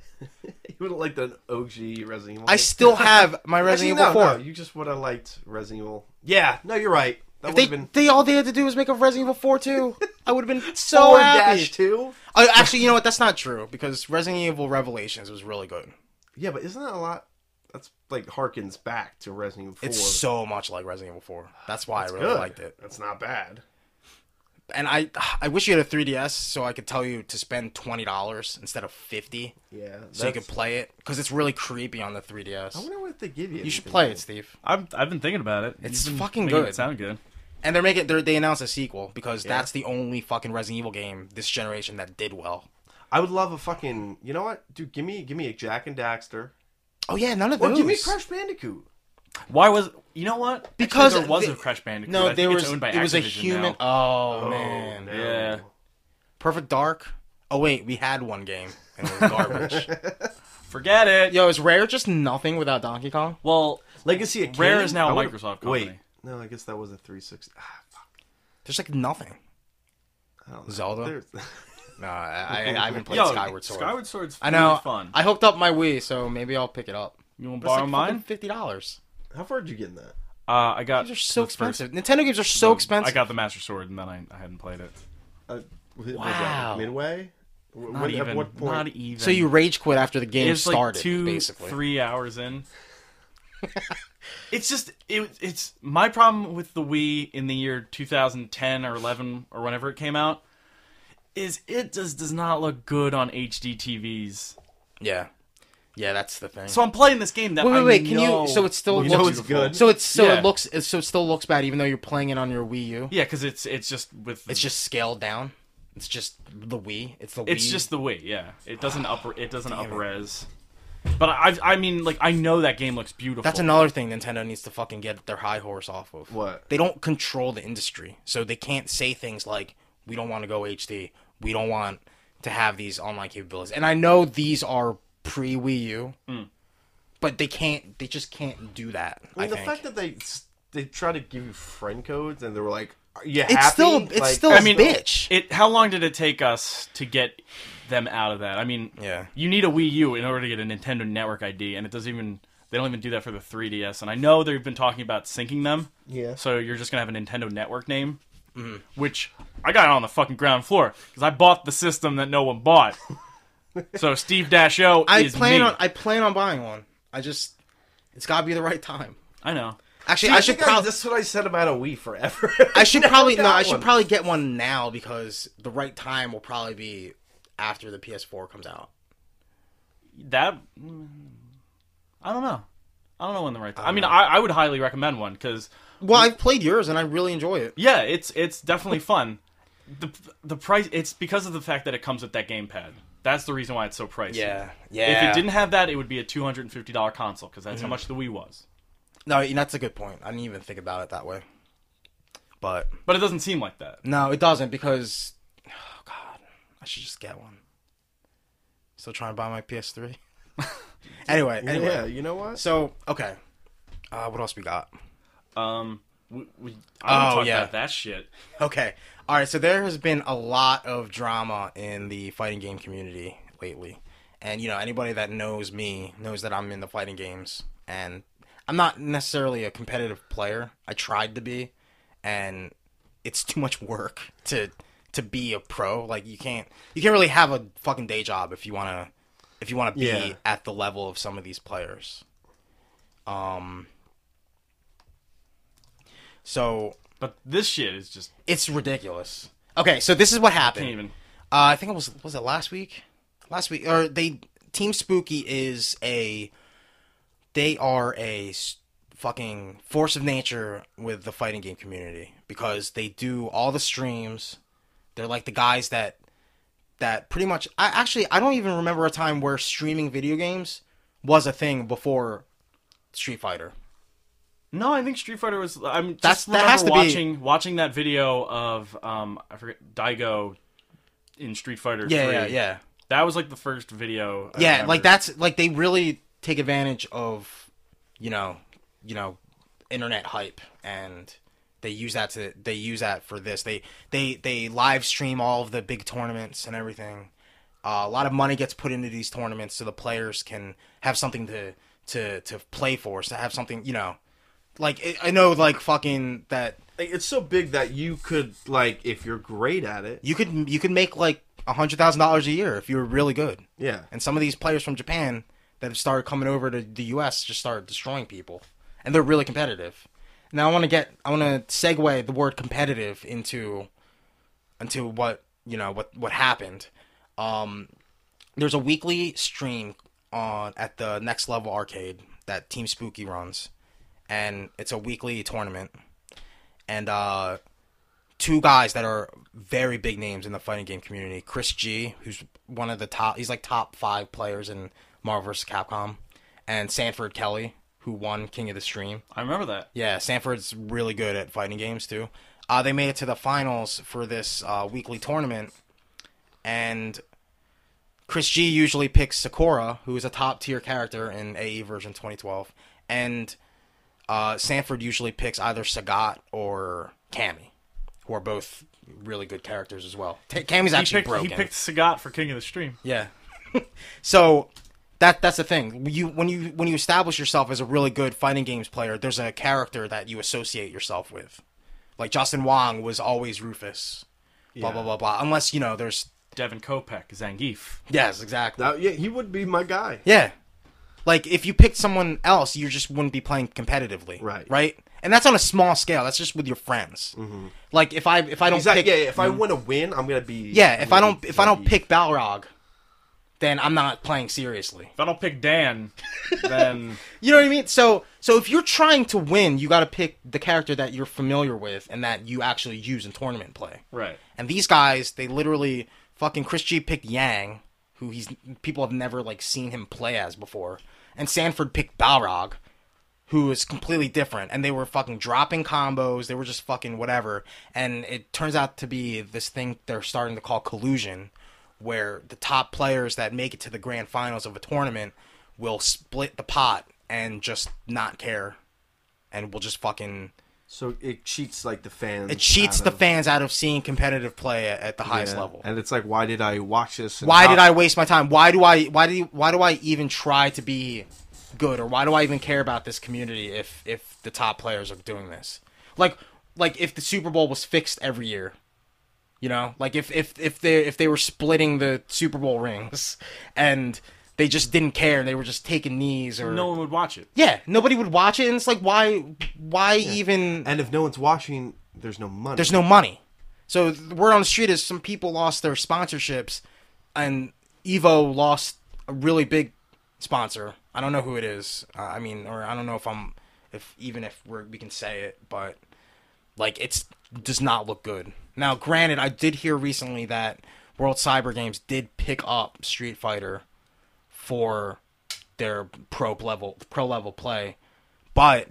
Speaker 2: you would have liked an OG Resident Evil.
Speaker 3: I still have my Resident
Speaker 2: Actually,
Speaker 3: Evil
Speaker 2: no, no,
Speaker 3: Four.
Speaker 2: you just would have liked Resident Evil. Yeah, no, you're right. That
Speaker 3: If
Speaker 2: would
Speaker 3: they,
Speaker 2: have been
Speaker 3: they all they had to do was make a Resident Evil Four too. I would have been so
Speaker 2: four
Speaker 3: happy.
Speaker 2: dash two.
Speaker 3: Uh, actually, you know what? That's not true because Resident Evil Revelations was really good.
Speaker 2: Yeah, but isn't that a lot? That's like harkens back to Resident Evil Four.
Speaker 3: It's so much like Resident Evil Four. That's why I really
Speaker 2: Good.
Speaker 3: liked it.
Speaker 2: That's not bad.
Speaker 3: And I I wish you had a 3DS so I could tell you to spend twenty dollars instead of fifty
Speaker 2: Yeah,
Speaker 3: so you could play it because it's really creepy on the 3DS.
Speaker 2: I wonder what they give you.
Speaker 3: you should play it, Steve.
Speaker 1: I've, I've been thinking about it.
Speaker 3: It's
Speaker 1: You've been
Speaker 3: fucking
Speaker 1: making
Speaker 3: good.
Speaker 1: It sound good.
Speaker 3: And they're making they're, they announced a sequel because that's the only fucking Resident Evil game this generation that did well.
Speaker 2: I would love a fucking. You know what, dude? Give me, give me a Jack and Daxter.
Speaker 3: Oh yeah, none of
Speaker 2: Or
Speaker 3: those.
Speaker 2: give me Crash Bandicoot.
Speaker 1: Why was you know what?
Speaker 3: Because
Speaker 1: Actually, there was
Speaker 3: the-
Speaker 1: a Crash Bandicoot. I
Speaker 3: No,
Speaker 1: think
Speaker 3: there
Speaker 2: it's
Speaker 3: was
Speaker 1: owned by
Speaker 3: it was a
Speaker 1: Activision
Speaker 3: human.
Speaker 1: now.
Speaker 3: Oh, man,
Speaker 2: no.
Speaker 1: Yeah.
Speaker 3: Perfect Dark. Oh wait, we had one game and it was garbage.
Speaker 1: Forget it.
Speaker 3: Yo, is Rare just nothing without Donkey Kong?
Speaker 1: Well,
Speaker 2: Legacy of
Speaker 1: Rare
Speaker 2: Kain?
Speaker 1: is now a
Speaker 2: I would've-
Speaker 1: Microsoft
Speaker 2: Wait,
Speaker 1: company.
Speaker 2: no, I guess that was a 360. Ah, fuck.
Speaker 3: There's like nothing.
Speaker 2: I don't know.
Speaker 3: Zelda?
Speaker 2: There's-
Speaker 3: No, I, I, I haven't played
Speaker 1: yo,
Speaker 3: Skyward Sword.
Speaker 1: Skyward Sword's
Speaker 3: I know.
Speaker 1: really fun.
Speaker 3: I hooked up my Wii, so maybe I'll pick it up.
Speaker 1: you want to
Speaker 3: But
Speaker 1: borrow
Speaker 3: it's like fucking
Speaker 1: mine?
Speaker 3: Fifty dollars.
Speaker 2: How far did you get in that?
Speaker 1: Uh, I got
Speaker 3: These are so
Speaker 1: the first- oh,
Speaker 3: expensive. Nintendo games are so
Speaker 1: I
Speaker 3: expensive.
Speaker 1: got the Master Sword, and then I, I hadn't played it.
Speaker 2: Uh, was it- was
Speaker 3: Wow.
Speaker 2: that midway? W-
Speaker 1: Not
Speaker 2: when-
Speaker 1: even.
Speaker 2: At what point?
Speaker 1: Not even.
Speaker 3: so you rage quit after the game
Speaker 1: it's
Speaker 3: started,
Speaker 1: like two,
Speaker 3: basically.
Speaker 1: three hours in. it's just it, it's my problem with the Wii in the year 2010 or 11 or whenever it came out is it just does not look good on HD TVs.
Speaker 3: Yeah, yeah, that's the thing.
Speaker 1: So I'm playing this game that
Speaker 3: wait,
Speaker 1: I
Speaker 3: wait, wait. Can
Speaker 1: know
Speaker 3: you? So it still
Speaker 2: You
Speaker 3: looks
Speaker 2: know it's good.
Speaker 3: So it's so
Speaker 1: Yeah.
Speaker 3: it looks so it still looks bad, even though you're playing it on your Wii U.
Speaker 1: yeah, because it's it's just with
Speaker 3: It's just scaled down. It's just the Wii. It's the Wii.
Speaker 1: It's just the Wii, yeah. It doesn't up it doesn't up res. But I I mean like I know that game looks beautiful.
Speaker 3: That's another thing Nintendo needs to fucking get their high horse off of.
Speaker 2: What?
Speaker 3: They don't control the industry, so they can't say things like we don't want to go HD, we don't want to have these online capabilities. And I know these are pre Wii U,
Speaker 2: Hmm.
Speaker 3: but they can't. They just can't do that.
Speaker 2: I
Speaker 3: I,
Speaker 2: mean, the
Speaker 3: think.
Speaker 2: fact that they s- they try to give you friend codes and they were like, "Are you
Speaker 3: it's
Speaker 2: happy?"
Speaker 3: still it's
Speaker 2: Like,
Speaker 3: still a
Speaker 1: I mean,
Speaker 3: bitch.
Speaker 1: It how long did it take us to get them out of that? I mean,
Speaker 3: Yeah.
Speaker 1: you need a Wii U in order to get a Nintendo Network ID, and it doesn't even they don't even do that for the 3DS. And I know they've been talking about syncing them,
Speaker 2: Yeah.
Speaker 1: so you're just gonna have a Nintendo Network name,
Speaker 3: Mm-hmm.
Speaker 1: which I got on the fucking ground floor because I bought the system that no one bought. so Steve Dasho
Speaker 3: I
Speaker 1: is
Speaker 3: plan
Speaker 1: me.
Speaker 3: on I plan on buying one. I just it's got to be the right time.
Speaker 1: I know.
Speaker 3: Actually,
Speaker 2: Dude,
Speaker 3: I should
Speaker 2: think I-
Speaker 3: probably
Speaker 2: That's what I said about a Wii forever.
Speaker 3: I should
Speaker 2: Never
Speaker 3: probably no.
Speaker 2: got
Speaker 3: I should
Speaker 2: one.
Speaker 3: probably get one now because the right time will probably be after the PS4 comes out.
Speaker 1: that mm, I don't know. I don't know when the right time. I mean, I, I would highly recommend one because
Speaker 3: Well, I've played yours and I really enjoy it.
Speaker 1: yeah, it's it's definitely fun. the The price it's because of the fact that it comes with that gamepad. That's the reason why it's so pricey.
Speaker 3: yeah.
Speaker 1: If it didn't have that, it would be a two hundred and fifty dollar console because that's how much the Wii was.
Speaker 3: no, that's a good point. I didn't even think about it that way. But
Speaker 1: But it doesn't seem like that.
Speaker 3: no, it doesn't because oh god, I should just get one. Still trying to buy my PS3. anyway, anyway.
Speaker 2: Yeah, you know what?
Speaker 3: So okay, uh, what else we got?
Speaker 1: Um, we, we, I don't
Speaker 3: Oh,
Speaker 1: talk
Speaker 3: yeah.
Speaker 1: about that shit.
Speaker 3: Okay. All right. So there has been a lot of drama in the fighting game community lately. And, you know, anybody that knows me knows that I'm in the fighting games. And I'm not necessarily a competitive player. I tried to be. And it's too much work to to be a pro. Like you can't you can't really have a fucking day job if you wanna if you wanna be
Speaker 2: Yeah.
Speaker 3: at the level of some of these players. Um so
Speaker 1: But this shit is just
Speaker 3: it's ridiculous. Okay, so this is what happened.
Speaker 1: can't even.
Speaker 3: Uh, I think it was was it last week? Last week, or they Team Spooky is a they are a s- fucking force of nature with the fighting game community because they do all the streams. They're like the guys that that pretty much I actually I don't even remember a time where streaming video games was a thing before Street Fighter.
Speaker 1: No, I think Street Fighter was. I'm just
Speaker 3: That's- that
Speaker 1: remember
Speaker 3: has to be-
Speaker 1: watching watching that video of um I forget Daigo in Street Fighter.
Speaker 3: Yeah,
Speaker 1: 3.
Speaker 3: yeah, yeah.
Speaker 1: That was like the first video. I
Speaker 3: yeah,
Speaker 1: remember.
Speaker 3: like that's like they really take advantage of, you know, you know, internet hype, and they use that to they use that for this. They they they live stream all of the big tournaments and everything. Uh, a lot of money gets put into these tournaments, so the players can have something to to to play for, to have something, you know. Like I- I know, like fucking that
Speaker 2: Like, it's so big that you could like if you're great at it.
Speaker 3: you could you could make like a hundred thousand dollars a year if you were really good.
Speaker 2: Yeah.
Speaker 3: And some of these players from Japan that have started coming over to the U.S. just started destroying people, and they're really competitive. Now I want to get I want to segue the word competitive into into what you know what what happened. Um, there's a weekly stream on at the Next Level Arcade that Team Spooky runs, and it's a weekly tournament, and uh, two guys that are very big names in the fighting game community. Chris G, who's one of the top, he's like top five players in Marvel vs. Capcom, and Sanford Kelly, who won King of the Stream.
Speaker 1: I remember that.
Speaker 3: Yeah, Sanford's really good at fighting games too. Uh, they made it to the finals for this uh, weekly tournament, and Chris G usually picks Sakura, who is a top tier character in AE version 2012, and uh, Sanford usually picks either Sagat or Cammy, who are both really good characters as well. Ta Cammy's
Speaker 1: He
Speaker 3: actually
Speaker 1: picked, he
Speaker 3: broken.
Speaker 1: picked Sagat for King of the Stream.
Speaker 3: Yeah. so that that's the thing. You when you when you establish yourself as a really good fighting games player, there's a character that you associate yourself with. Like Justin Wong was always Rufus. Blah blah blah blah. Unless you know there's
Speaker 1: Devin Kopeck, Zangief.
Speaker 3: yes exactly
Speaker 2: Now, yeah, he would be my guy.
Speaker 3: yeah. Like if you picked someone else, you just wouldn't be playing competitively.
Speaker 2: Right.
Speaker 3: Right. And that's on a small scale. That's just with your friends. Like if I if I don't
Speaker 2: Exactly.
Speaker 3: pick
Speaker 2: yeah, if I want to win, I'm gonna be.
Speaker 3: yeah if I don't if I don't
Speaker 2: Zangief.
Speaker 3: pick Balrog, then I'm not playing seriously.
Speaker 1: If I don't pick Dan, then
Speaker 3: You know what I mean? So so if you're trying to win, you got to pick the character that you're familiar with and that you actually use in tournament play.
Speaker 1: right.
Speaker 3: And these guys, they literally fucking Chris G picked Yang, who he's people have never like seen him play as before, and Sanford picked Balrog, who is completely different. And they were fucking dropping combos. They were just fucking whatever. And it turns out to be this thing they're starting to call collusion, where the top players that make it to the grand finals of a tournament will split the pot and just not care, and will just fucking
Speaker 2: So it cheats like the fans.
Speaker 3: it cheats
Speaker 2: out
Speaker 3: the
Speaker 2: of-
Speaker 3: fans out of seeing competitive play at, at the highest
Speaker 2: Yeah.
Speaker 3: level.
Speaker 2: And it's like, why did I watch this? and
Speaker 3: why
Speaker 2: how-
Speaker 3: did I waste my time? Why do I why do you, why do I even try to be good or why do I even care about this community if if the top players are doing this? Like like if the Super Bowl was fixed every year. You know, like if if if they if they were splitting the Super Bowl rings and they just didn't care and they were just taking knees or
Speaker 1: No one would watch it.
Speaker 3: Yeah, nobody would watch it and it's like why why even
Speaker 2: And if no one's watching, there's no money.
Speaker 3: there's no money. So the word on the street is some people lost their sponsorships, and Evo lost a really big sponsor. I don't know who it is. Uh, I mean, or I don't know if I'm, if even if we're, we can say it, but like it's does not look good. Now, granted, I did hear recently that World Cyber Games did pick up Street Fighter for their pro level pro level play, but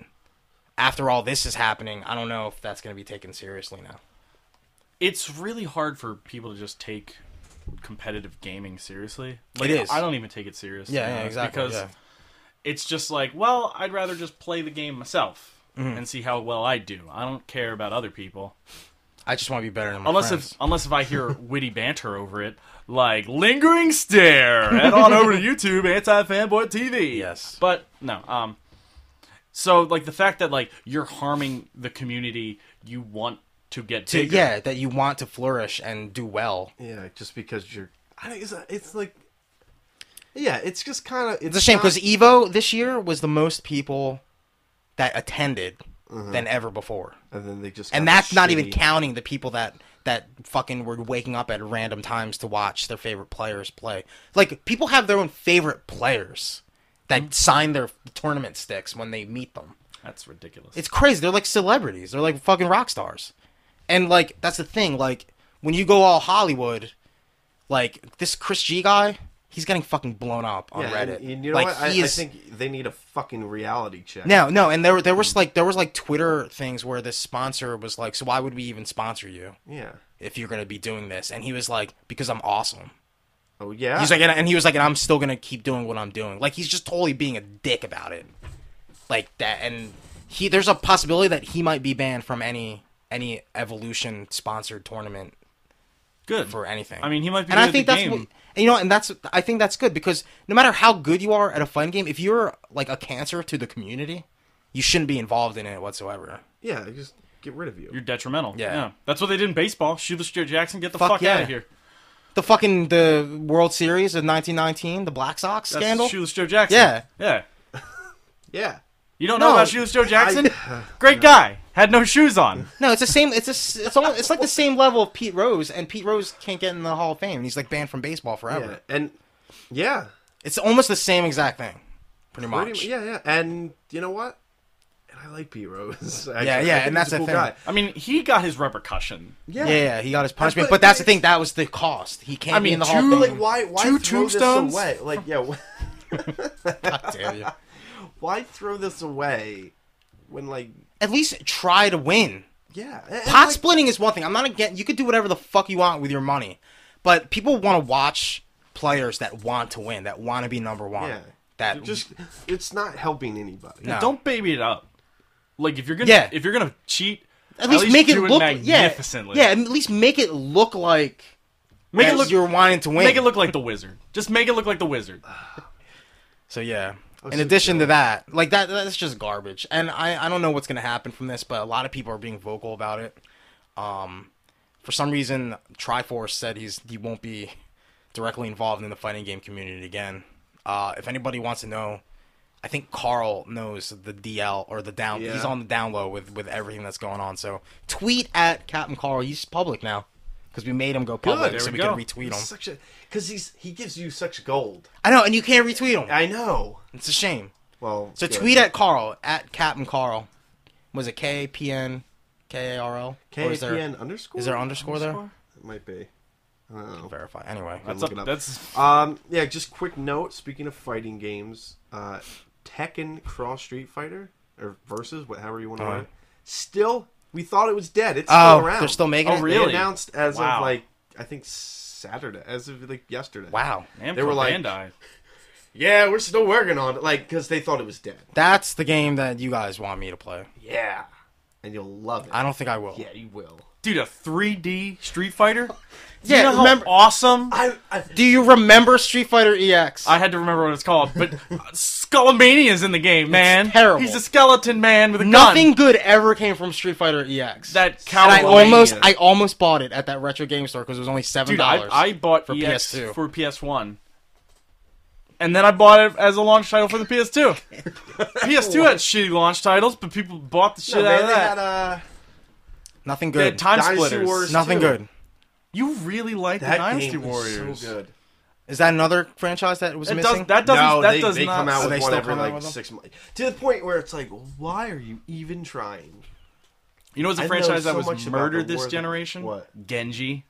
Speaker 3: after all this is happening, I don't know if that's going to be taken seriously now.
Speaker 1: It's really hard for people to just take competitive gaming seriously. Like,
Speaker 3: is.
Speaker 1: I don't even take it seriously.
Speaker 3: Yeah, yeah, exactly,
Speaker 1: Because
Speaker 3: yeah.
Speaker 1: it's just like, well, I'd rather just play the game myself
Speaker 3: Mm-hmm.
Speaker 1: and see how well I do. I don't care about other people.
Speaker 3: I just want to be better than my
Speaker 1: Unless
Speaker 3: friends.
Speaker 1: if unless if I hear witty banter over it, like lingering stare, head on over to YouTube, anti fanboy TV.
Speaker 3: Yes.
Speaker 1: but no. Um, so like the fact that like you're harming the community you want to get
Speaker 3: To-
Speaker 1: bigger.
Speaker 3: yeah, that you want to flourish and do well.
Speaker 2: Yeah, just because you're. I think it's, it's like. Yeah, it's just kind of.
Speaker 3: It's a shame because Evo this year was the most people that attended than ever before,
Speaker 2: And then they just.
Speaker 3: and
Speaker 2: got
Speaker 3: that's not
Speaker 2: shitty-
Speaker 3: even counting the people that that fucking were waking up at random times to watch their favorite players play. Like people have their own favorite players that
Speaker 1: Mm.
Speaker 3: sign their tournament sticks when they meet them.
Speaker 1: that's ridiculous.
Speaker 3: It's crazy. They're like celebrities. They're like fucking rock stars. And like that's the thing. Like when you go all Hollywood, Like this Chris G guy, he's getting fucking blown up on
Speaker 2: Yeah, and-
Speaker 3: Reddit.
Speaker 2: and you know
Speaker 3: like
Speaker 2: what? I,
Speaker 3: he
Speaker 2: I
Speaker 3: is
Speaker 2: think they need a fucking reality check.
Speaker 3: no, no, and there there was like there was like Twitter things where this sponsor was like, so why would we even sponsor you
Speaker 2: Yeah.
Speaker 3: if you're gonna be doing this? And he was like, because I'm awesome.
Speaker 2: Oh yeah.
Speaker 1: Uh,
Speaker 3: He's like, and, and he was like, and I'm still gonna keep doing what I'm doing. Like he's just totally being a dick about it, like that. And he there's a possibility that he might be banned from any any evolution sponsored tournament
Speaker 1: Good
Speaker 3: for anything.
Speaker 1: I mean, he might be
Speaker 3: and
Speaker 1: good
Speaker 3: I
Speaker 1: at
Speaker 3: think
Speaker 1: the
Speaker 3: that's
Speaker 1: game.
Speaker 3: what, and you know, and that's I think that's good because no matter how good you are at a fun game, if you're like a cancer to the community, you shouldn't be involved in it whatsoever.
Speaker 2: yeah, just get rid of you.
Speaker 1: You're detrimental.
Speaker 3: Yeah.
Speaker 1: That's what they did in baseball. Shoot the Jackson, get the fuck,
Speaker 3: Fuck yeah.
Speaker 1: out of here.
Speaker 3: The fucking the World Series of 1919, the Black Sox
Speaker 1: That's
Speaker 3: scandal.
Speaker 1: Shoeless Joe Jackson.
Speaker 3: Yeah.
Speaker 1: Yeah.
Speaker 2: yeah.
Speaker 1: You don't know
Speaker 3: No.
Speaker 1: about Shoeless Joe Jackson? Great guy. Had no shoes on.
Speaker 3: No, it's the same. It's a, s- it's almost, it's like the same level of Pete Rose, and Pete Rose can't get in the Hall of Fame, and he's like banned from baseball forever.
Speaker 2: Yeah. And yeah.
Speaker 3: It's almost the same exact thing, pretty much.
Speaker 2: Pretty- yeah, yeah. And you know what? And I like Pete Rose. Actually,
Speaker 3: yeah,
Speaker 2: I
Speaker 3: and
Speaker 2: think he's
Speaker 3: that's
Speaker 2: a
Speaker 3: the
Speaker 2: cool
Speaker 3: thing.
Speaker 2: guy.
Speaker 1: I mean, he got his repercussion.
Speaker 2: Yeah.
Speaker 3: Yeah, yeah, he got his punishment,
Speaker 2: what
Speaker 3: but that's
Speaker 2: it
Speaker 3: the thing. That was the cost. He can't
Speaker 1: I
Speaker 3: be
Speaker 1: mean,
Speaker 3: in the
Speaker 1: two,
Speaker 3: Hall of Fame.
Speaker 2: Like why? Why
Speaker 1: Two
Speaker 2: throw this
Speaker 1: tombstones?
Speaker 2: away? Like yeah. wh-
Speaker 3: God damn you.
Speaker 2: Why throw this away? When like
Speaker 3: At least try to win.
Speaker 2: yeah. and- and,
Speaker 3: Pot
Speaker 2: like,
Speaker 3: splitting is one thing. I'm not against. You could do whatever the fuck you want with your money, but people want to watch players that want to win, that want to be number one.
Speaker 2: Yeah.
Speaker 3: That
Speaker 2: Just it's not helping anybody.
Speaker 3: No.
Speaker 1: Don't baby it up. Like if you're gonna
Speaker 3: Oh. Yeah.
Speaker 1: if you're gonna cheat,
Speaker 3: at least, make it
Speaker 1: do
Speaker 3: look
Speaker 1: magnificently.
Speaker 3: Yeah, yeah, at least make it look like
Speaker 1: Make
Speaker 3: that
Speaker 1: it look
Speaker 3: you're wanting to win.
Speaker 1: make it look like the wizard. Just make it look like the wizard.
Speaker 3: So yeah. In
Speaker 2: so
Speaker 3: addition to that, like that, that's just garbage. And I, I don't know what's gonna happen from this, but a lot of people are being vocal about it. Um, for some reason, Triforce said he's he won't be directly involved in the fighting game community again. Uh, if anybody wants to know, I think Carl knows the DL or the down.
Speaker 2: Yeah.
Speaker 3: He's on the down low with with everything that's going on. So tweet at Captain Carl. He's public now because we made him go public,
Speaker 1: There
Speaker 3: so
Speaker 1: we
Speaker 3: we,
Speaker 1: go.
Speaker 3: can retweet
Speaker 2: He's
Speaker 3: him.
Speaker 2: such a because he's he gives you such gold.
Speaker 3: I know, and you can't retweet him.
Speaker 2: I know.
Speaker 3: It's a shame.
Speaker 2: Well,
Speaker 3: So
Speaker 2: good.
Speaker 3: tweet at Carl at Captain Carl. Was it K P N K A R L? Or is there-
Speaker 2: KPN underscore.
Speaker 3: Is there underscore there?
Speaker 2: It might be. I don't know.
Speaker 3: Verify. Anyway,
Speaker 1: That's
Speaker 2: look
Speaker 1: up,
Speaker 2: it up.
Speaker 1: that's
Speaker 2: Um, yeah, just quick note. Speaking of fighting games, uh, Tekken Cross Street Fighter or versus whatever you want to
Speaker 3: Uh-huh.
Speaker 2: write. Still, we thought it was dead. It's still
Speaker 3: oh,
Speaker 2: around.
Speaker 3: they're still making
Speaker 1: Oh,
Speaker 3: it.
Speaker 2: They
Speaker 1: Really?
Speaker 2: announced as
Speaker 1: Wow.
Speaker 2: of like I think Saturday, as of like yesterday.
Speaker 3: Wow,
Speaker 1: Namco
Speaker 2: They were like-
Speaker 1: Bandai.
Speaker 2: Yeah, we're still working on it, like because they thought it was dead.
Speaker 3: that's the game that you guys want me to play.
Speaker 2: Yeah, and you'll love it.
Speaker 3: I don't think I will.
Speaker 2: yeah, you will.
Speaker 1: Dude, a 3D Street Fighter? Do
Speaker 3: Yeah,
Speaker 1: you know how
Speaker 3: remember-
Speaker 1: awesome
Speaker 2: I, I
Speaker 3: Do you remember Street Fighter E EX?
Speaker 1: I had to remember what it's called, but Skullamania's in the game, man.
Speaker 3: terrible.
Speaker 1: He's a skeleton man with a
Speaker 3: Nothing
Speaker 1: gun.
Speaker 3: good ever came from Street Fighter EX.
Speaker 1: That
Speaker 3: and I
Speaker 1: cowboy.
Speaker 3: almost,
Speaker 2: Mania.
Speaker 3: I almost bought it at that retro game store because it was only seven
Speaker 1: Dude, I,
Speaker 3: dollars.
Speaker 1: I bought
Speaker 3: for
Speaker 1: EX
Speaker 3: PS2.
Speaker 1: for PS1. And then I bought it as a launch title for the PS2. PS2 had shitty launch titles, but people bought the shit
Speaker 2: no,
Speaker 1: out
Speaker 2: man,
Speaker 1: of
Speaker 2: they
Speaker 1: that.
Speaker 2: had uh,
Speaker 3: Nothing
Speaker 1: They
Speaker 3: good.
Speaker 1: had Time
Speaker 2: Dynasty
Speaker 1: Splitters.
Speaker 2: Wars.
Speaker 3: Nothing
Speaker 2: too.
Speaker 3: good.
Speaker 1: You really like the
Speaker 2: that
Speaker 1: Dynasty
Speaker 2: game was
Speaker 1: Warriors.
Speaker 2: so good.
Speaker 3: Is that another franchise that was
Speaker 1: That
Speaker 3: missing?
Speaker 1: does that doesn't
Speaker 2: no,
Speaker 1: that
Speaker 2: they,
Speaker 1: does
Speaker 2: they
Speaker 1: not
Speaker 2: come out
Speaker 3: Are
Speaker 2: with
Speaker 3: they
Speaker 2: one
Speaker 3: still
Speaker 2: every
Speaker 3: coming out
Speaker 2: like
Speaker 3: with them?
Speaker 2: six months. To the point where it's like, why are you even trying?
Speaker 1: You know what's a
Speaker 2: I know
Speaker 1: franchise
Speaker 2: so
Speaker 1: that
Speaker 2: much
Speaker 1: was
Speaker 2: about
Speaker 1: murdered
Speaker 2: the
Speaker 1: this
Speaker 2: war-
Speaker 1: generation?
Speaker 2: what?
Speaker 1: Genji.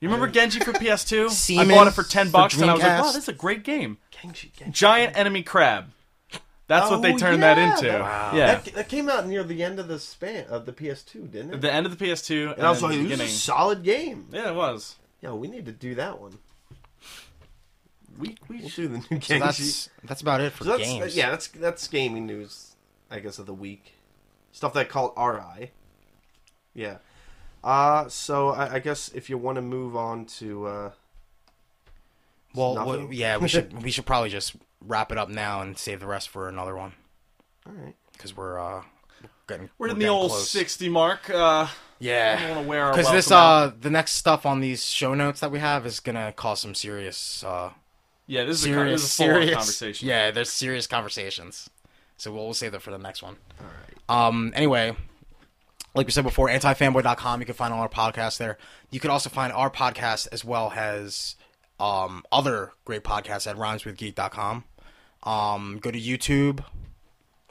Speaker 1: You remember Genji for PS2? I bought it
Speaker 3: Siemens
Speaker 1: for ten
Speaker 3: for
Speaker 1: bucks, and I was like, "Wow,
Speaker 3: Dreamcast.
Speaker 1: this is a great game."
Speaker 2: Genji, Genji.
Speaker 1: Giant enemy crab. That's what they
Speaker 2: Oh,
Speaker 1: turned
Speaker 2: yeah,
Speaker 1: that into.
Speaker 2: that-
Speaker 1: Yeah,
Speaker 2: That, that came out near the end of the span of the PS2, didn't it?
Speaker 1: the end of the PS2, and,
Speaker 2: and I was
Speaker 1: then
Speaker 2: like,
Speaker 1: the
Speaker 2: this
Speaker 1: beginning.
Speaker 2: is a solid game.
Speaker 1: Yeah, it was.
Speaker 2: Yeah, we need to do that one.
Speaker 1: We, we
Speaker 2: We'll do the new Genji.
Speaker 3: So that's that's about it for
Speaker 2: So that's-
Speaker 3: games.
Speaker 2: yeah, that's that's gaming news, I guess, of the week. Stuff that I call RI. Yeah. Uh, so I, I guess if you want to move on to uh,
Speaker 3: Well,
Speaker 2: Nothing.
Speaker 3: w- yeah, we should we should probably just wrap it up now and save the rest for another one
Speaker 2: all right.
Speaker 3: because we're uh we're getting
Speaker 1: we're in the
Speaker 3: getting
Speaker 1: old
Speaker 3: close.
Speaker 1: sixty mark. Uh, I don't
Speaker 3: yeah
Speaker 1: want to wear our
Speaker 3: because this
Speaker 1: welcome out.
Speaker 3: uh the next stuff on these show notes that we have is gonna cause some serious uh
Speaker 1: yeah, this is a, con- this is
Speaker 3: serious
Speaker 1: a full-on
Speaker 3: serious
Speaker 1: conversation.
Speaker 3: yeah there's serious conversations so we'll, we'll save that for the next one
Speaker 2: All right.
Speaker 3: um anyway like we said before antifanboy.com you can find all our podcasts there you can also find our podcast as well as um other great podcasts at rhymeswithgeek.com um go to youtube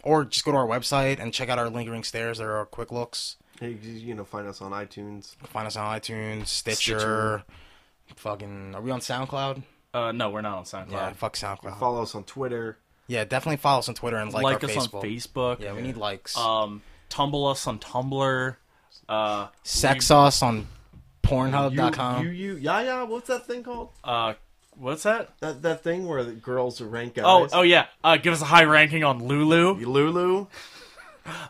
Speaker 3: or just go to our website and check out our lingering stares there are quick looks
Speaker 2: Hey, You you know, find us on iTunes.
Speaker 3: find us on itunes stitcher,
Speaker 1: Stitcher.
Speaker 3: Fucking, are we on SoundCloud?
Speaker 1: Uh, no, we're not on SoundCloud.
Speaker 3: Yeah, fuck SoundCloud.
Speaker 2: Follow us on Twitter.
Speaker 3: yeah, definitely follow us on Twitter and like,
Speaker 1: like
Speaker 3: our
Speaker 1: us
Speaker 3: Facebook.
Speaker 1: on Facebook.
Speaker 3: Yeah, we need likes.
Speaker 1: Um, tumble us on Tumblr. Uh,
Speaker 3: Sex us on Pornhub.com.
Speaker 2: You, you, you, yeah, yeah. What's that thing called?
Speaker 1: uh, what's that?
Speaker 2: That that thing where the girls rank guys.
Speaker 1: Oh, oh yeah. Uh, give us a high ranking on Lulu.
Speaker 2: Lulu.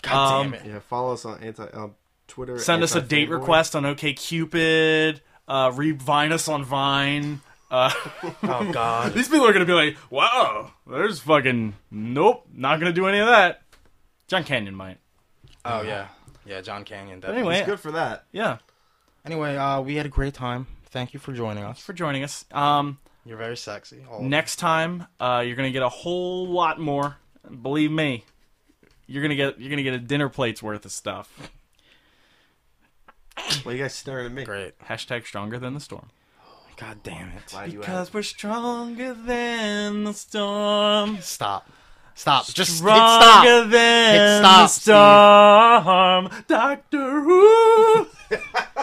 Speaker 3: God
Speaker 1: um,
Speaker 3: damn it.
Speaker 2: Yeah, follow us on anti on Twitter.
Speaker 1: Send us a date
Speaker 2: anti-fanboy.
Speaker 1: request on OKCupid. Uh, revine us on Vine. Uh,
Speaker 3: Oh god.
Speaker 1: these people are gonna be like, "Wow, there's fucking nope, not gonna do any of that." John Canyon might.
Speaker 3: Oh yeah. Yeah, John Canyon. Definitely.
Speaker 1: Anyway,
Speaker 2: It's good for that.
Speaker 1: yeah,
Speaker 3: Anyway, uh, we had a great time. Thank you for joining us.
Speaker 1: for joining us. Um,
Speaker 3: You're very sexy. Oh, all of you.
Speaker 1: next time, uh, you're gonna get a whole lot more. Believe me, you're gonna get you're gonna get a dinner plate's worth of stuff.
Speaker 2: Why you guys staring at me?
Speaker 3: Great.
Speaker 1: Hashtag stronger than the storm.
Speaker 3: God damn it.
Speaker 2: Why do you ask?
Speaker 1: Because we're stronger than the storm.
Speaker 3: Stop. Stop. Just hit
Speaker 1: Stronger
Speaker 3: stop.
Speaker 1: than
Speaker 3: Hit stop,
Speaker 1: the storm. Doctor Who.